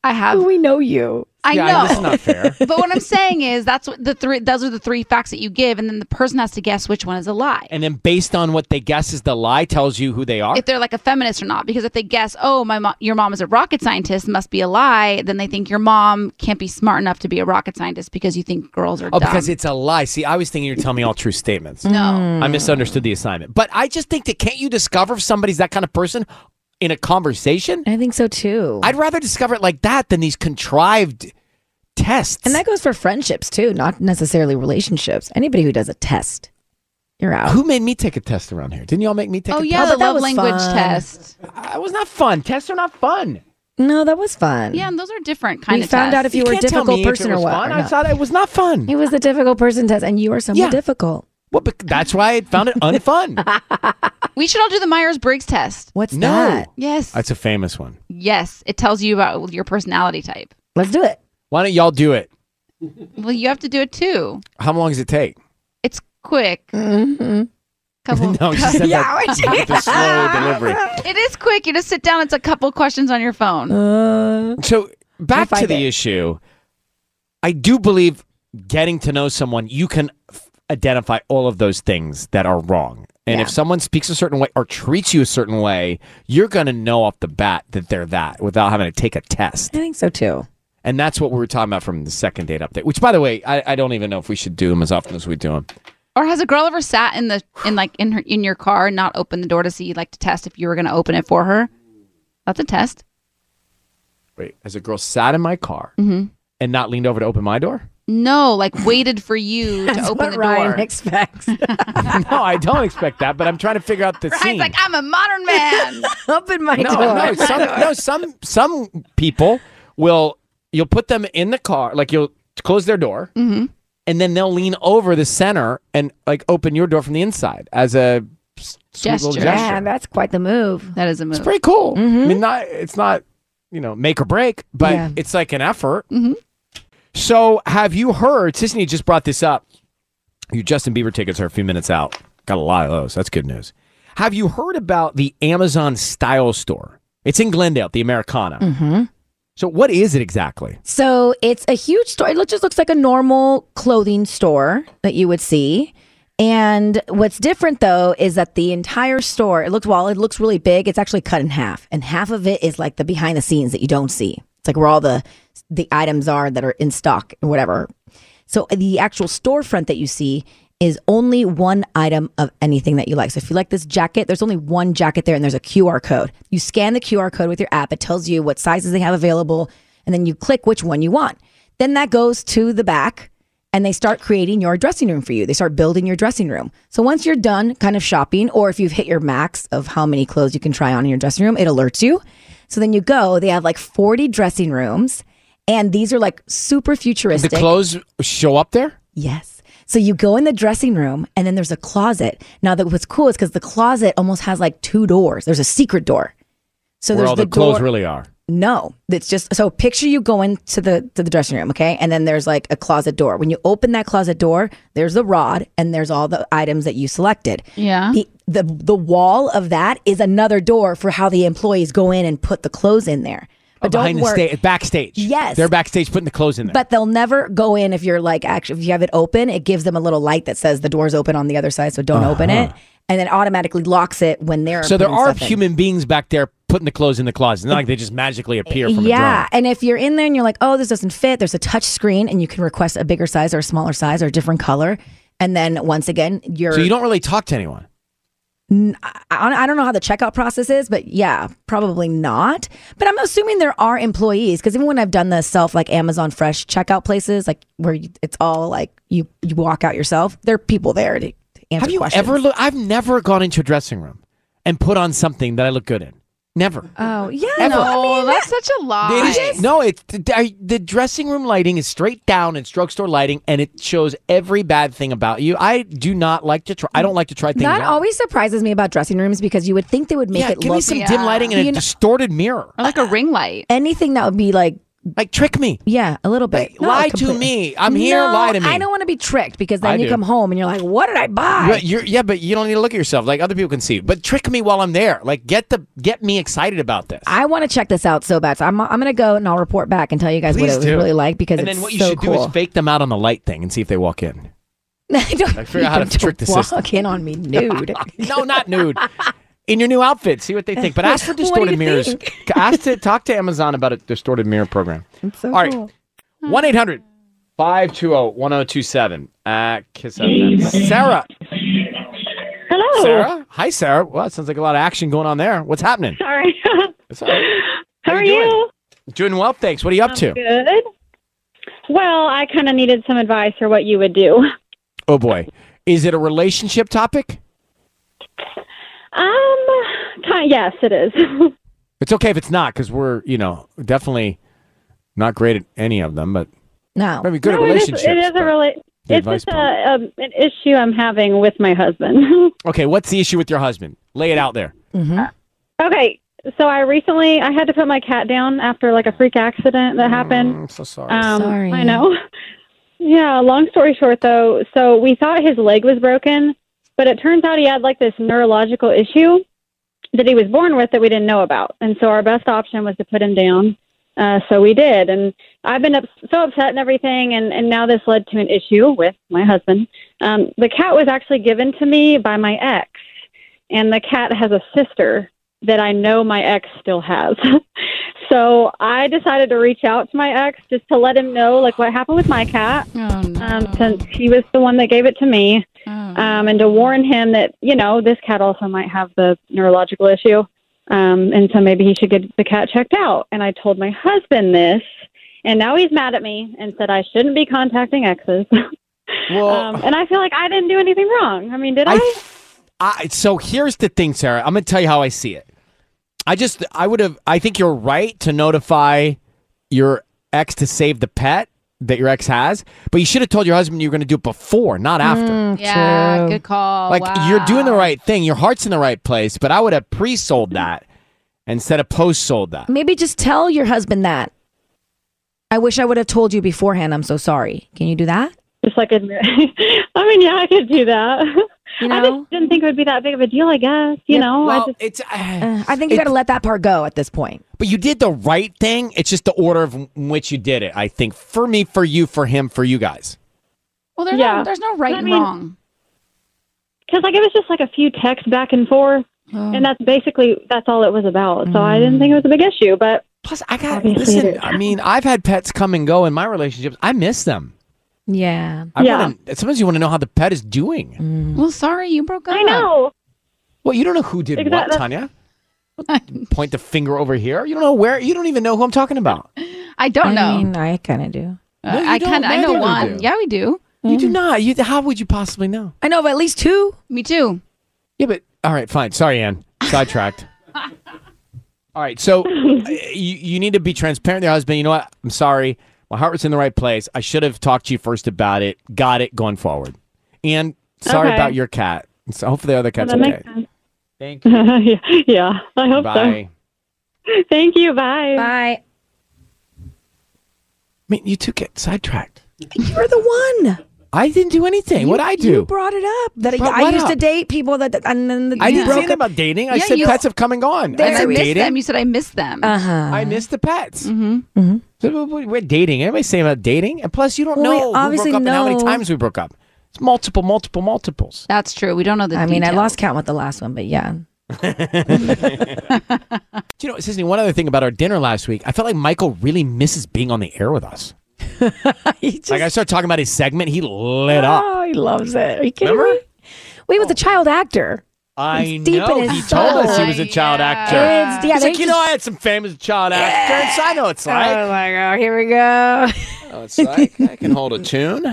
S5: I have.
S4: we know you.
S5: I
S2: yeah,
S5: know.
S2: That's not fair.
S5: but what I'm saying is that's what the three those are the three facts that you give and then the person has to guess which one is a lie.
S2: And then based on what they guess is the lie tells you who they are.
S5: If they're like a feminist or not because if they guess, "Oh, my mo- your mom is a rocket scientist," must be a lie, then they think your mom can't be smart enough to be a rocket scientist because you think girls are
S2: Oh,
S5: dumb.
S2: because Mm, it's a lie. See, I was thinking you're telling me all true statements. No.
S4: Mm.
S2: I misunderstood the assignment. But I just think that can't you discover if somebody's that kind of person in a conversation?
S4: I think so too.
S2: I'd rather discover it like that than these contrived tests.
S4: And that goes for friendships too, not necessarily relationships. Anybody who does a test, you're out.
S2: Who made me take a test around here? Didn't y'all make me take
S5: Oh
S2: a
S5: yeah,
S4: Oh,
S5: the
S4: but that
S5: love
S4: was
S5: language
S4: fun.
S5: test.
S2: That was not fun. Tests are not fun.
S4: No, that was fun.
S5: Yeah, and those are different kind
S4: we
S5: of
S4: found out if
S5: tests.
S4: you, were a
S2: can't tell
S4: difficult
S2: me if it
S4: person or
S2: was
S4: what.
S2: fun.
S4: or
S2: I
S4: not.
S2: saw that it was not fun.
S4: It was a difficult person test, and you are somewhat
S2: Yeah.
S4: difficult.
S2: Well, but that's why I found it unfun.
S5: We should all do the Myers-Briggs test.
S4: What's
S2: No. that?
S5: Yes.
S2: that's a famous one.
S5: yes, it tells you about your personality type.
S4: Let's do it.
S2: Why don't y'all do it?
S5: Well, you have to do it too.
S2: How long does it take?
S5: It's quick. Couple
S2: no, she said
S5: Yeah,
S2: that
S5: I
S2: with a slow delivery.
S5: It is quick. You just sit down. It's a couple questions on your phone.
S2: So back
S5: I
S2: to
S5: find
S2: the issue. I do believe getting to know someone, you can f- identify all of those things that are wrong. And if
S13: Yeah.
S2: someone speaks a certain way or treats you a certain way, you're going to know off the bat that they're that without having to take a test.
S4: I think so too.
S2: And that's what we were talking about from the second date update, which, by the way, I, I don't even know if we should do them as often as we do them.
S5: Or has a girl ever sat in the in like in her in your car and not opened the door to see like to test if you were going to open it for her? That's a test.
S2: Wait, as a girl sat in my car
S5: Mhm.
S2: and not leaned over to open my door?
S5: No, like waited for you to open the door.
S4: Ryan expects.
S2: no, I don't expect that, but I'm trying to figure out the scene.
S5: Ryan's like, I'm a modern man.
S4: open my
S2: no, no, some, no, some some people will you'll put them in the car, like you'll close their door, and then they'll lean over the center and like open your door from the inside as a s- sweet little gesture.
S4: Yeah, that's quite the move.
S5: That is a move.
S2: It's pretty cool. I mean, not it's not you know make or break, but
S4: Mm-hmm. Yeah. Mm-hmm.
S2: it's like an effort. So, have you heard? Sisney just brought this up. Your Justin Bieber tickets are a few minutes out. Got a lot of those. That's good news. Have you heard about the Amazon Style Store? It's in Glendale, the Americana.
S4: Mm-hmm.
S2: So, what is it exactly?
S4: So it's a huge store. It look- just looks like a normal clothing store that you would see. And what's different though is that the entire store, it looks while it looks really big, it's actually cut in half. And half of it is like the behind the scenes that you don't see. It's like where all the the items are that are in stock and whatever. So the actual storefront that you see is only one item of anything that you like. So if you like this jacket, there's only one jacket there and there's a QR code. You scan the QR code with your app, it tells you what sizes they have available, and then you click which one you want. Then that goes to the back and they start creating your dressing room for you. They start building your dressing room. So once you're done kind of shopping, or if you've hit your max of how many clothes you can try on in your dressing room, it alerts you. So then you go, they have like 40 dressing rooms, and these are like super
S2: The
S4: futuristic.
S2: clothes show up there?
S4: Yes. So you go in the dressing room and then there's a closet. Now that what's cool is because the closet almost has like two doors. There's a secret door. So
S2: Where
S4: there's
S2: all
S4: the,
S2: the, clothes
S4: door-
S2: really are.
S4: No, it's just so picture you go into the to the dressing room, okay? And then there's like a closet door. When you open that closet door, there's the rod and there's all the items that you selected.
S5: Yeah.
S4: The the, the wall of that is another door for how the employees go in and put the clothes in there. But
S2: Oh, behind
S4: don't worry.
S2: the stage, backstage.
S4: Yes.
S2: They're backstage putting the clothes in there.
S4: But they'll never go in if you're like actually if you have it open, it gives them a little light that says the door's open on the other side, so don't open it, and then automatically locks it when they're
S2: Uh-huh. so there
S4: putting
S2: are
S4: stuff in.
S2: human beings back there putting the clothes in the closet. It's not like they just magically appear from a
S4: yeah,
S2: drone.
S4: and if you're in there and you're like, oh, this doesn't fit, there's a touch screen and you can request a bigger size or a smaller size or a different color, and then once again you're
S2: So you don't really talk to anyone.
S4: N- I, I don't know how the checkout process is, but yeah, probably not. But I'm assuming there are employees because even when I've done the self like Amazon Fresh checkout places, like where you, it's all like you you walk out yourself, there are people there to, to answer
S2: Have you
S4: questions.
S2: ever looked? I've never gone into a dressing room and put on something that I look good in. Never.
S4: Uh,
S5: Oh yeah,
S2: Ever.
S5: no,
S2: I mean,
S5: that's such a
S2: They
S5: lie.
S2: just- no, it's I, the dressing room lighting is straight down. It's drugstore lighting, and it shows every bad thing about you. I do not like to try. I don't like to try things.
S4: that
S2: on.
S4: always surprises me about dressing rooms because you would think they would make
S2: Yeah,
S4: it
S2: give
S4: look
S2: me some dim lighting and
S4: You
S2: a
S4: know,
S2: distorted mirror.
S5: Or like a ring light.
S4: anything that would be like
S2: like trick me.
S4: Yeah, a little bit. Not
S2: lie to
S4: completely.
S2: me. I'm here,
S4: No,
S2: lie to me.
S4: I don't want to be tricked because then
S2: I
S4: you
S2: do.
S4: come home and you're like, what did I buy?
S2: Right, you're- yeah, but you don't need to look at yourself. Like other people can see. But trick me while I'm there. Like get the get me excited about this.
S4: I want to check this out so bad. So I'm, I'm going to go and I'll report back and tell you guys what
S2: Please
S4: it was
S2: do.
S4: really like because
S2: and
S4: it's
S2: then what you
S4: so
S2: should
S4: cool.
S2: do is fake them out on the light thing and see if they walk in.
S4: don't
S2: Like, figure out how
S4: even
S2: to trick the
S4: walk
S2: system.
S4: in on me nude.
S2: no, not nude. In your new outfit, see what they think. But ask for
S4: What do you
S2: distorted mirrors.
S4: think?
S2: ask to talk to Amazon about a distorted mirror program.
S4: It's so
S2: All right.
S4: cool. Hmm.
S2: 1 800 520 1027. Uh, Kiss FM. Sarah.
S13: Hello.
S2: Sarah. Hi, Sarah. Well, it sounds like a lot of action going on there. What's happening?
S13: Sorry.
S2: It's all right.
S13: How, are
S2: you
S13: you?
S2: doing? Doing well, thanks. What are you up to?
S13: Good. Well, I kind of needed some advice or what you would do.
S2: Oh, boy. Is it a relationship topic?
S13: Um, ki- yes, it is.
S2: It's okay if it's not because we're, you know, definitely not great at any of them, but
S4: no.
S2: maybe good at
S13: No, it is-
S2: relationships.
S13: It is, a rela-
S2: the
S13: It's
S2: advice
S13: just a, um, an issue I'm having with my husband.
S2: Okay, what's the issue with your husband? Lay it out there.
S13: okay, so I recently I had to put my cat down after like a freak accident that happened.
S2: I'm so sorry.
S13: Um,
S4: Sorry.
S13: I know. Yeah, long story short, though, so we thought his leg was broken, but it turns out he had like this neurological issue that he was born with that we didn't know about. And so our best option was to put him down. Uh, so we did. And I've been up, so upset and everything. And, and now this led to an issue with my husband. Um, the cat was actually given to me by my ex, and the cat has a sister that I know my ex still has. So I decided to reach out to my ex just to let him know like what happened with my cat,
S5: Oh,
S13: um, since he was the one that gave it to me, um, and to warn him that you know this cat also might have the neurological issue, um, and so maybe he should get the cat checked out. And I told my husband this, and now he's mad at me and said I shouldn't be contacting exes.
S2: Well,
S13: um, and I feel like I didn't do anything wrong. I mean, did I?
S2: I, so here's the thing, Sarah. I'm going to tell you how I see it. I just, I would have, I think you're right to notify your ex to save the pet that your ex has, but you should have told your husband you were going to do it before, not after.
S5: yeah, good call.
S2: like
S5: Oh, wow.
S2: you're doing the right thing, your heart's in the right place, but I would have pre-sold that instead of post-sold that.
S4: Maybe just tell your husband that. I wish I would have told you beforehand. I'm so sorry. Can you do that?
S13: Just like admit. I mean, yeah, I could do that. I just didn't think it would be that big of a deal. I guess you
S4: Yeah,
S13: know.
S4: well,
S13: I just,
S2: it's.
S4: Uh, I think you got to let that part go at this point.
S2: But you did the right thing. It's just the order of in which you did it. I think for me, for you, for him, for you guys.
S5: Well, there's
S13: Yeah.
S5: no, there's no right
S13: I
S5: and
S13: mean-
S5: wrong.
S13: because like it was just like a few texts back and forth,
S5: Oh.
S13: and that's basically that's all it was about. So I didn't
S5: Mm.
S13: think it was a big issue. But
S2: plus, I got Listen, I mean, I've had pets come and go in my relationships. I miss them.
S4: Yeah.
S2: I wanna- sometimes you want to know how the pet is doing.
S5: Well, sorry you broke up.
S13: I know.
S2: Well, you don't know who did what,
S5: Exactly.
S2: Tanya. Point the finger over here. You don't know where. You don't even know who I'm talking about.
S5: I don't know.
S4: I kind of do.
S5: Uh, I kind of I know
S2: neither of
S5: one.
S2: you do.
S5: Yeah, we do.
S2: You do not. You how would you possibly know?
S4: I know of at least two.
S5: Me too.
S2: Yeah, but all right, fine. Sorry, Ann. Sidetracked. all right, so uh, you, you need to be transparent to your husband. You know what? I'm sorry. My heart was in the right place. I should have talked to you first about it. Got it. Going forward. And sorry
S13: Okay.
S2: about your cat. So hopefully the other cat's
S13: that
S2: okay.
S13: makes sense.
S2: Thank
S13: you. yeah, I hope
S2: Bye.
S13: so. Thank you. Bye.
S4: Bye.
S2: I mean, you two get sidetracked.
S4: You're the one.
S2: I didn't do anything.
S4: You-
S2: What'd I do?
S4: You brought it up that
S2: Brought
S4: I
S2: what
S4: used to
S2: up?
S4: date people that, and then the,
S2: I
S4: you
S2: didn't say
S4: broke
S2: anything
S4: up.
S2: about dating. I
S4: Yeah,
S2: said
S4: you-
S2: pets have come and gone.
S4: There
S2: I said
S4: it is.
S2: dating.
S5: Them, you said I miss them.
S4: Uh huh.
S2: I miss the pets.
S5: Mm-hmm.
S2: So we- we- We're dating. Everybody's saying about dating, and plus, you don't
S4: Well, we
S2: know
S4: obviously
S2: who broke up and how many
S4: know-
S2: times we broke up. It's multiple, multiple, multiples.
S5: That's true. We don't know the.
S4: I mean, I
S5: details.
S4: lost count with the last one, but yeah.
S2: Do you know, Sisney? One other thing about our dinner last week, I felt like Michael really misses being on the air with us. like I started talking about his segment, he lit up.
S4: Oh, he loves it. Are you kidding
S2: Remember?
S4: me? Well, he was a child actor.
S2: I
S4: It's deep
S2: know.
S4: in his
S2: He told us he
S4: soul.
S2: was a child actor.
S4: It's- yeah,
S2: He's
S4: they
S2: like, you
S4: just-
S2: know, I had some famous child actors. I know what it's like.
S4: Oh my god, here we go.
S2: Oh, it's like I can hold a tune.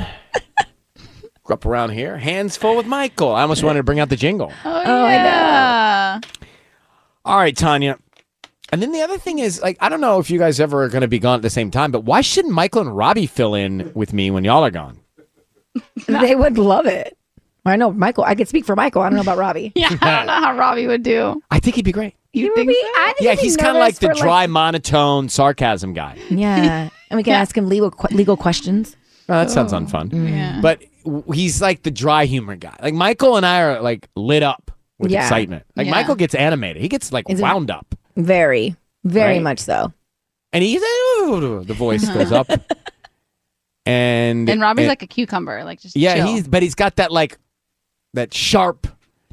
S2: Grew up around here, hands full with Michael. I almost wanted to bring out the jingle.
S5: Oh, I know.
S2: All right, Tanya. And then the other thing is, like, I don't know if you guys ever are going to be gone at the same time, but why shouldn't Michael and Robbie fill in with me when y'all are gone?
S4: they would love it. I know Michael. I could speak for Michael. I don't know about Robbie.
S5: Yeah, I don't know how Robbie would do.
S2: I think he'd be great.
S5: You think so?
S2: yeah, he's kind of like the dry, monotone sarcasm guy.
S4: yeah, and we can ask him legal que- legal questions.
S2: Oh, that sounds unfun. But w- he's like the dry humor guy. Like Michael and I are like lit up with
S4: Yeah.
S2: excitement. Like
S4: Yeah.
S2: Michael gets animated. He gets like
S4: Is it-
S2: wound up.
S4: Very, very
S2: Right.
S4: much so.
S2: And he's the voice goes up. And
S5: And Robbie's
S2: and-
S5: like a cucumber, like just
S2: Yeah,
S5: chill.
S2: he's but he's got that like that sharp,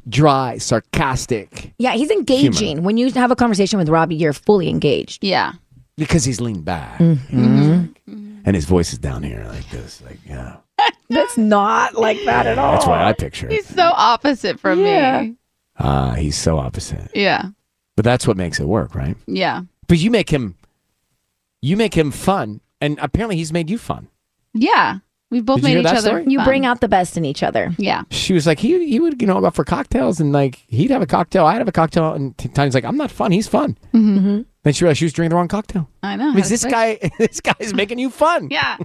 S2: dry, sarcastic
S4: Yeah, he's engaging. When you have a conversation with Robbie, you're fully engaged.
S5: Yeah.
S2: because he's leaned back
S5: Mm-hmm.
S2: and his voice is down here like this. Like yeah,
S4: That's not like that at all.
S2: that's why I picture it.
S5: He's so opposite from me.
S2: Ah, he's so opposite,
S5: Yeah.
S2: but that's what makes it work, right?
S5: Yeah.
S2: But you make him, you make him fun, and apparently he's made you fun.
S5: Yeah. We've both
S2: Did you
S5: made
S2: hear
S5: each
S2: that
S5: other.
S2: story? You
S5: fun.
S4: Bring out the best in each other.
S5: Yeah.
S2: She was like, he he would you know go out for cocktails and like he'd have a cocktail, I'd have a cocktail, and t- times like I'm not fun, he's fun.
S4: Mm-hmm.
S2: Then she realized she was drinking the wrong cocktail.
S5: I know.
S2: Because this guy, this guy's making you fun.
S5: Yeah.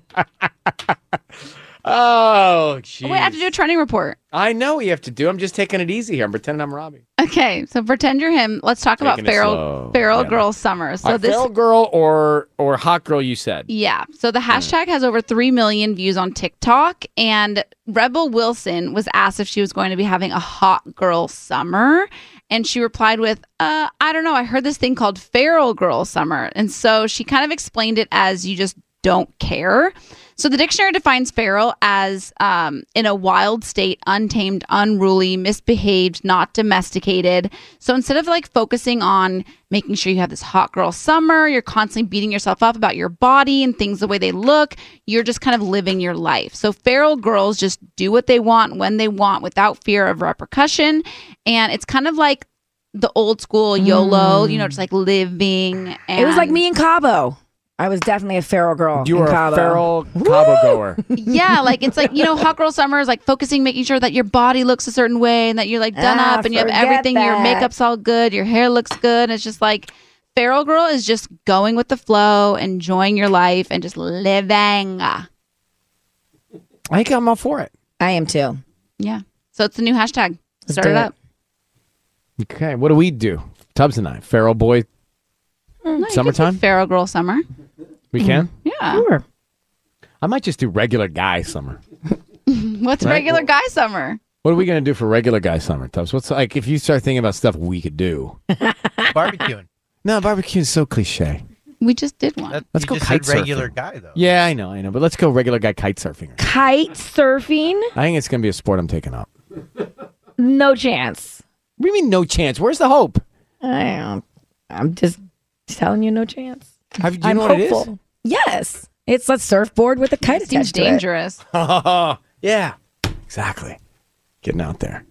S2: Oh,
S5: Wait, I have to do a trending report.
S2: I know what you have to do. I'm just taking it easy here. I'm pretending I'm Robbie.
S5: Okay, so pretend you're him. Let's talk
S2: Taking
S5: about
S2: it
S5: feral
S2: slow.
S5: feral
S2: Yeah.
S5: girl summer. So
S2: All right,
S5: this
S2: feral girl or or hot girl, you said.
S5: Yeah. So the hashtag has over 3 million views on TikTok. And Rebel Wilson was asked if she was going to be having a hot girl summer. And she replied with, uh, I don't know. I heard this thing called feral girl summer. And so she kind of explained it as you just don't care. So the dictionary defines feral as um, in a wild state, untamed, unruly, misbehaved, not domesticated. So instead of like focusing on making sure you have this hot girl summer, you're constantly beating yourself up about your body and things the way they look, you're just kind of living your life. So feral girls just do what they want when they want without fear of repercussion. And it's kind of like the old school YOLO, you know, just like living. And
S4: It was like me in Cabo. I was definitely a feral girl.
S2: You
S4: in
S2: are a
S4: Cabo.
S2: feral Cabo goer.
S5: yeah, like it's like you know, hot girl summer is like focusing, making sure that your body looks a certain way and that you're like done
S4: Ah,
S5: up and you have
S4: forget
S5: everything. Your
S4: that.
S5: makeup's all good, your hair looks good. It's just like feral girl is just going with the flow, enjoying your life, and just living.
S2: I think I'm all for it.
S4: I am too.
S5: Yeah, so it's the new hashtag. Start
S2: do
S5: it
S2: it.
S5: up.
S2: Okay, what do we do? Tubbs and I, feral boy.
S5: No, you can say
S2: Summertime?
S5: feral girl summer.
S2: We can.
S5: Yeah,
S2: I might just do regular guy summer.
S5: what's
S2: Right,
S5: regular
S2: well-
S5: guy summer?
S2: What are we gonna do for regular guy summer, Tubbs? What's like if you start thinking about stuff we could do? barbecuing. No, barbecuing is so cliche.
S5: We just did one.
S2: Let's
S15: You
S2: go
S15: just
S2: kite
S15: said regular
S2: surfing.
S15: guy though.
S2: Yeah, I know, I know, but let's go regular guy kite surfing.
S4: Kite surfing,
S2: I think it's going to be a sport I'm taking up.
S4: no chance.
S2: What do you mean, no chance? Where's the hope?
S4: I don't. I'm just telling you, no chance.
S2: Have you do you
S4: I'm
S2: know what it
S4: hopeful. Yes, it's a surfboard with a kite
S5: It seems
S4: attached to it.
S5: dangerous.
S2: is? yeah, exactly. Getting out there.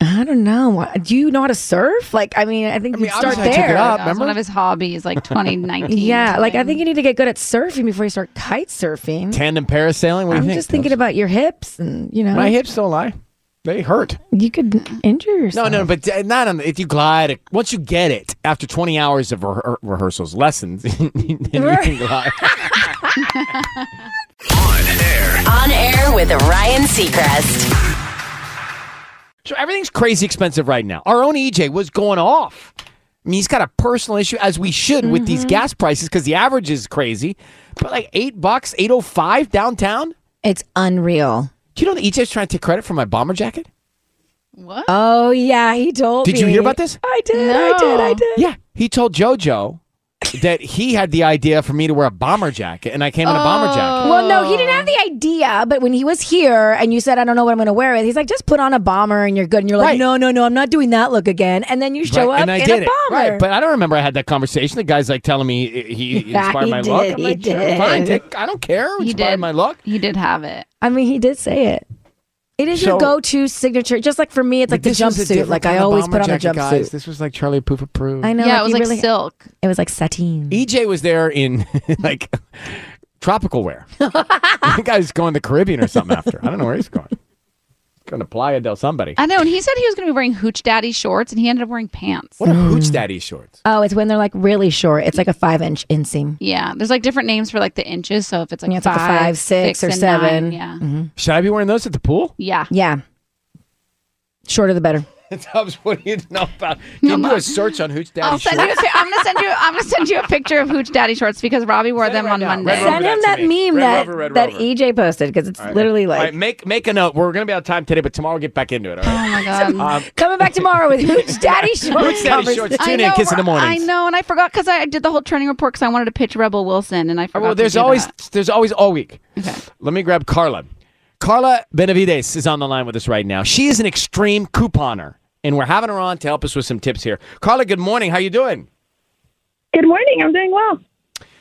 S4: I don't know. Why- Do you know how to surf? Like, I mean, I think you start
S5: That
S4: there.
S5: was one of his hobbies, like 2019.
S4: yeah, like I think you need to get good at surfing before you start kite surfing.
S2: Tandem parasailing. What do you
S4: I'm
S2: think?
S4: just thinking about your hips and you know
S2: My hips don't lie. They hurt.
S4: You could injure
S2: No,
S4: yourself.
S2: no, but uh, not on. If you glide, once you get it after 20 hours of rehe- er, rehearsals, lessons, then you can glide.
S1: On air with Ryan Seacrest.
S2: So everything's crazy expensive right now. Our own EJ was going off. I mean, he's got a personal issue, as we should, with
S4: Mm-hmm.
S2: these gas prices because the average is crazy. But like eight bucks, eight oh five downtown.
S4: It's unreal.
S2: Do you know that EJ's trying to take credit for my bomber jacket?
S4: Oh yeah, he told
S2: Did you
S4: me.
S2: hear about this?
S4: I did. I did. I did.
S2: Yeah, he told JoJo that he had the idea for me to wear a bomber jacket, and I came in a
S4: Oh,
S2: bomber jacket.
S4: Well, no, he didn't have the idea, but when he was here and you said, I don't know what I'm going to wear with, he's like, just put on a bomber and you're good. And you're like, no, no, no, I'm not doing that look again. And then you show
S2: Right,
S4: up
S2: and I
S4: in
S2: did
S4: a
S2: it.
S4: bomber.
S2: Right, but I don't remember I had that conversation. The guy's like telling me he he
S4: Yeah,
S2: inspired
S4: he
S2: my
S4: did,
S2: look. I'm
S4: he
S2: like, sure,
S4: did.
S2: fine, take- I don't care. Inspired my look.
S5: Oh, He did have it.
S4: I mean, he did say it. It is
S2: So-
S4: your go to signature. Just like for me, it's like the
S2: This was a
S4: jumpsuit.
S2: different
S4: Like I
S2: kind of
S4: always
S2: bomber
S4: put on a
S2: jacket, guys.
S4: jumpsuit.
S2: This was like Charlie Poof approved.
S4: I know.
S5: Yeah, it was
S4: you
S5: like silk.
S4: It was like sateen.
S2: EJ was there in like tropical wear. the guy's going to the Caribbean or something after. I don't know where he's going. Going to Playa del somebody.
S5: I know. And he said he was going to be wearing Hooch Daddy shorts and he ended up wearing pants.
S2: What a hooch daddy shorts.
S4: Oh, it's when they're like really short. It's like a five inch inseam.
S5: Yeah. There's like different names for like the inches. So if it's like,
S4: Yeah, it's
S5: five,
S4: like a five, six, or
S5: and nine,
S4: seven. Mm-hmm.
S5: yeah.
S2: Should I be wearing those at the pool?
S5: Yeah.
S4: Yeah. Shorter the better.
S2: Tubbs, what do you know about? Can you do a search on hooch daddy
S5: I'll send you. A,
S2: shorts?
S5: pi- I'm gonna send you. I'm gonna send you a picture of Hooch Daddy shorts because Robbie wore them on Monday.
S2: Red Rover,
S4: Send him
S2: that's
S4: that
S2: me.
S4: meme
S2: Red
S4: that,
S2: Rover, Red
S4: that
S2: Rover.
S4: EJ posted because it's
S2: All right.
S4: literally
S2: All
S4: like
S2: right, make make a note. We're gonna be out of time today, but tomorrow we'll get back into it. All right.
S5: Oh God.
S2: Um,
S4: coming back tomorrow with Hooch Daddy Shorts.
S2: Hooch Daddy shorts.
S5: Uh, I
S2: Tune in,
S5: know,
S2: kiss in the morning.
S5: I know, and I forgot because I did the whole training report because I wanted to pitch Rebel Wilson, and I forgot.
S2: Well,
S5: to
S2: there's
S5: do
S2: always
S5: that.
S2: there's always all week. Let me grab Carla. Carla Benavides is on the line with us right now. She is an extreme couponer, and we're having her on to help us with some tips here. Carla, good morning. How you doing?
S15: Good morning. I'm doing well.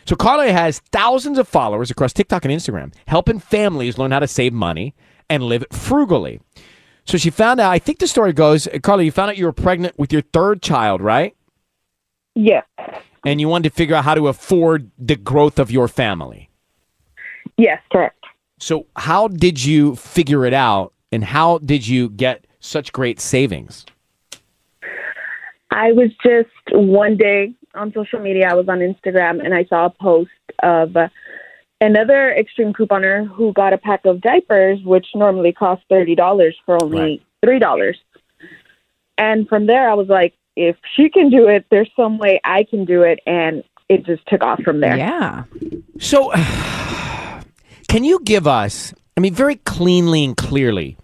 S2: So Carla has thousands of followers across TikTok and Instagram, helping families learn how to save money and live frugally. So she found out. I think the story goes, Carla, you found out you were pregnant with your third child, right?
S15: Yeah.
S2: And you wanted to figure out how to afford the growth of your family.
S15: Yes, correct.
S2: So, how did you figure it out and how did you get such great savings?
S15: I was just one day on social media. I was on Instagram and I saw a post of uh, another extreme couponer who got a pack of diapers, which normally cost thirty dollars for only three dollars. And from there, I was like, if she can do it, there's some way I can do it, and it just took off from there.
S4: Yeah.
S2: So, can you give us, I mean, very cleanly and clearly,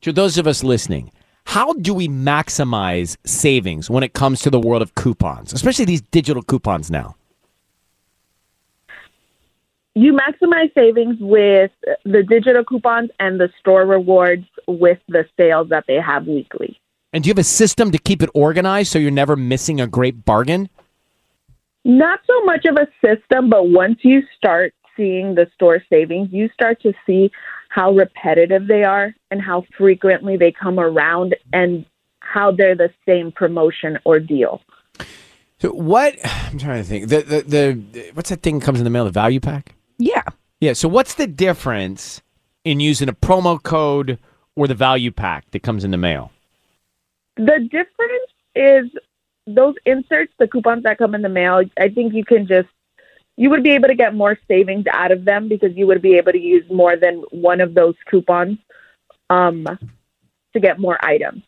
S2: to those of us listening, how do we maximize savings when it comes to the world of coupons, especially these digital coupons now?
S15: you maximize savings with the digital coupons and the store rewards with the sales that they have weekly.
S2: And do you have a system to keep it organized so you're never missing a great bargain?
S15: Not so much of a system, but once you start seeing the store savings, you start to see how repetitive they are and how frequently they come around and how they're the same promotion or deal.
S2: So what I'm trying to think. The, the the what's that thing that comes in the mail? The value pack.
S4: Yeah.
S2: Yeah. So what's the difference in using a promo code or the value pack that comes in the mail?
S15: The difference is those inserts, the coupons that come in the mail, I think you can just you would be able to get more savings out of them because you would be able to use more than one of those coupons um, to get more items.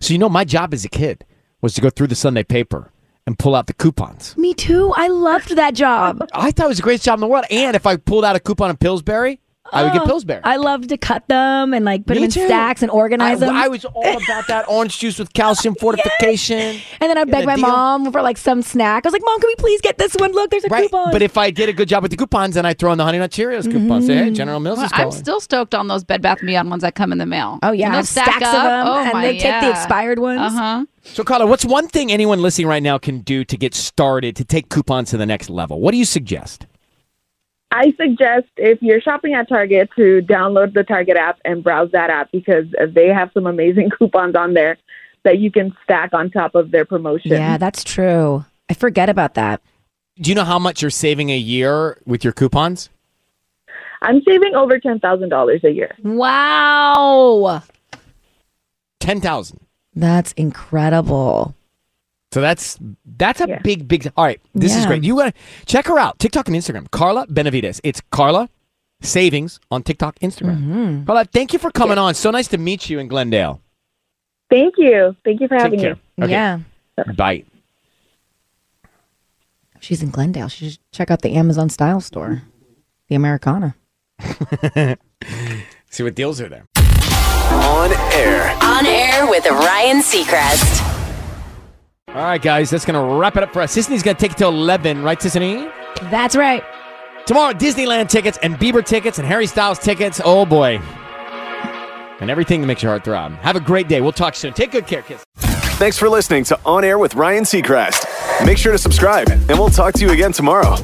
S2: So you know, my job as a kid was to go through the Sunday paper and pull out the coupons.
S4: Me too. I loved that job.
S2: I thought it was the greatest job in the world. And if I pulled out a coupon of Pillsbury, I would get
S4: Oh,
S2: Pillsbury.
S4: I loved to cut them and like put
S2: Me
S4: them in
S2: too.
S4: stacks and organize
S2: I-
S4: them.
S2: I was all about that orange juice with calcium fortification.
S4: and then I'd
S2: Yeah,
S4: beg
S2: the
S4: my
S2: deal.
S4: mom for like some snack. I was like, Mom, can we please get this one? Look, there's a coupon.
S2: But if I did a good job with the coupons, then I would throw in the Honey Nut Cheerios coupon. Say, hey, General Mills
S5: Well,
S2: is
S5: I'm
S2: calling.
S5: still stoked on those Bed Bath and Beyond ones that come in the mail. Oh
S4: yeah, I
S5: and they'll
S4: have
S5: stack
S4: stacks of
S5: up.
S4: them,
S5: oh
S4: and
S5: my,
S4: they take the
S5: yeah.
S4: expired ones.
S5: Uh huh.
S2: So, Carla, what's one thing anyone listening right now can do to get started to take coupons to the next level? What do you suggest?
S15: I suggest if you're shopping at Target to download the Target app and browse that app because they have some amazing coupons on there that you can stack on top of their promotion.
S4: Yeah, that's true. I forget about that.
S2: Do you know how much you're saving a year with your coupons?
S15: I'm saving over ten thousand dollars a year.
S4: Wow.
S2: Ten thousand.
S4: That's incredible.
S2: So that's that's a big big. All right, this is
S4: Yeah.
S2: great. You gotta check her out. TikTok and Instagram. Carla Benavides. It's Carla Savings on TikTok, Instagram.
S15: Mm-hmm.
S2: Carla, thank you for coming on. So nice to meet you in Glendale.
S15: Thank you. Thank you for
S2: Take
S15: having
S2: care.
S15: me.
S2: Okay. Bye.
S4: She's in Glendale. She should check out the Amazon style store, the Americana.
S2: See what deals are there.
S3: On air.
S1: On air with Ryan Seacrest.
S2: All right, guys, that's gonna wrap it up for us. Sisney's gonna take it to eleven, right, Sisney?
S4: That's right.
S2: Tomorrow, Disneyland tickets and Bieber tickets and Harry Styles tickets. Oh boy. And everything that makes your heart throb. Have a great day. We'll talk soon. Take good care, kids.
S3: Thanks for listening to On Air with Ryan Seacrest. Make sure to subscribe, and we'll talk to you again tomorrow.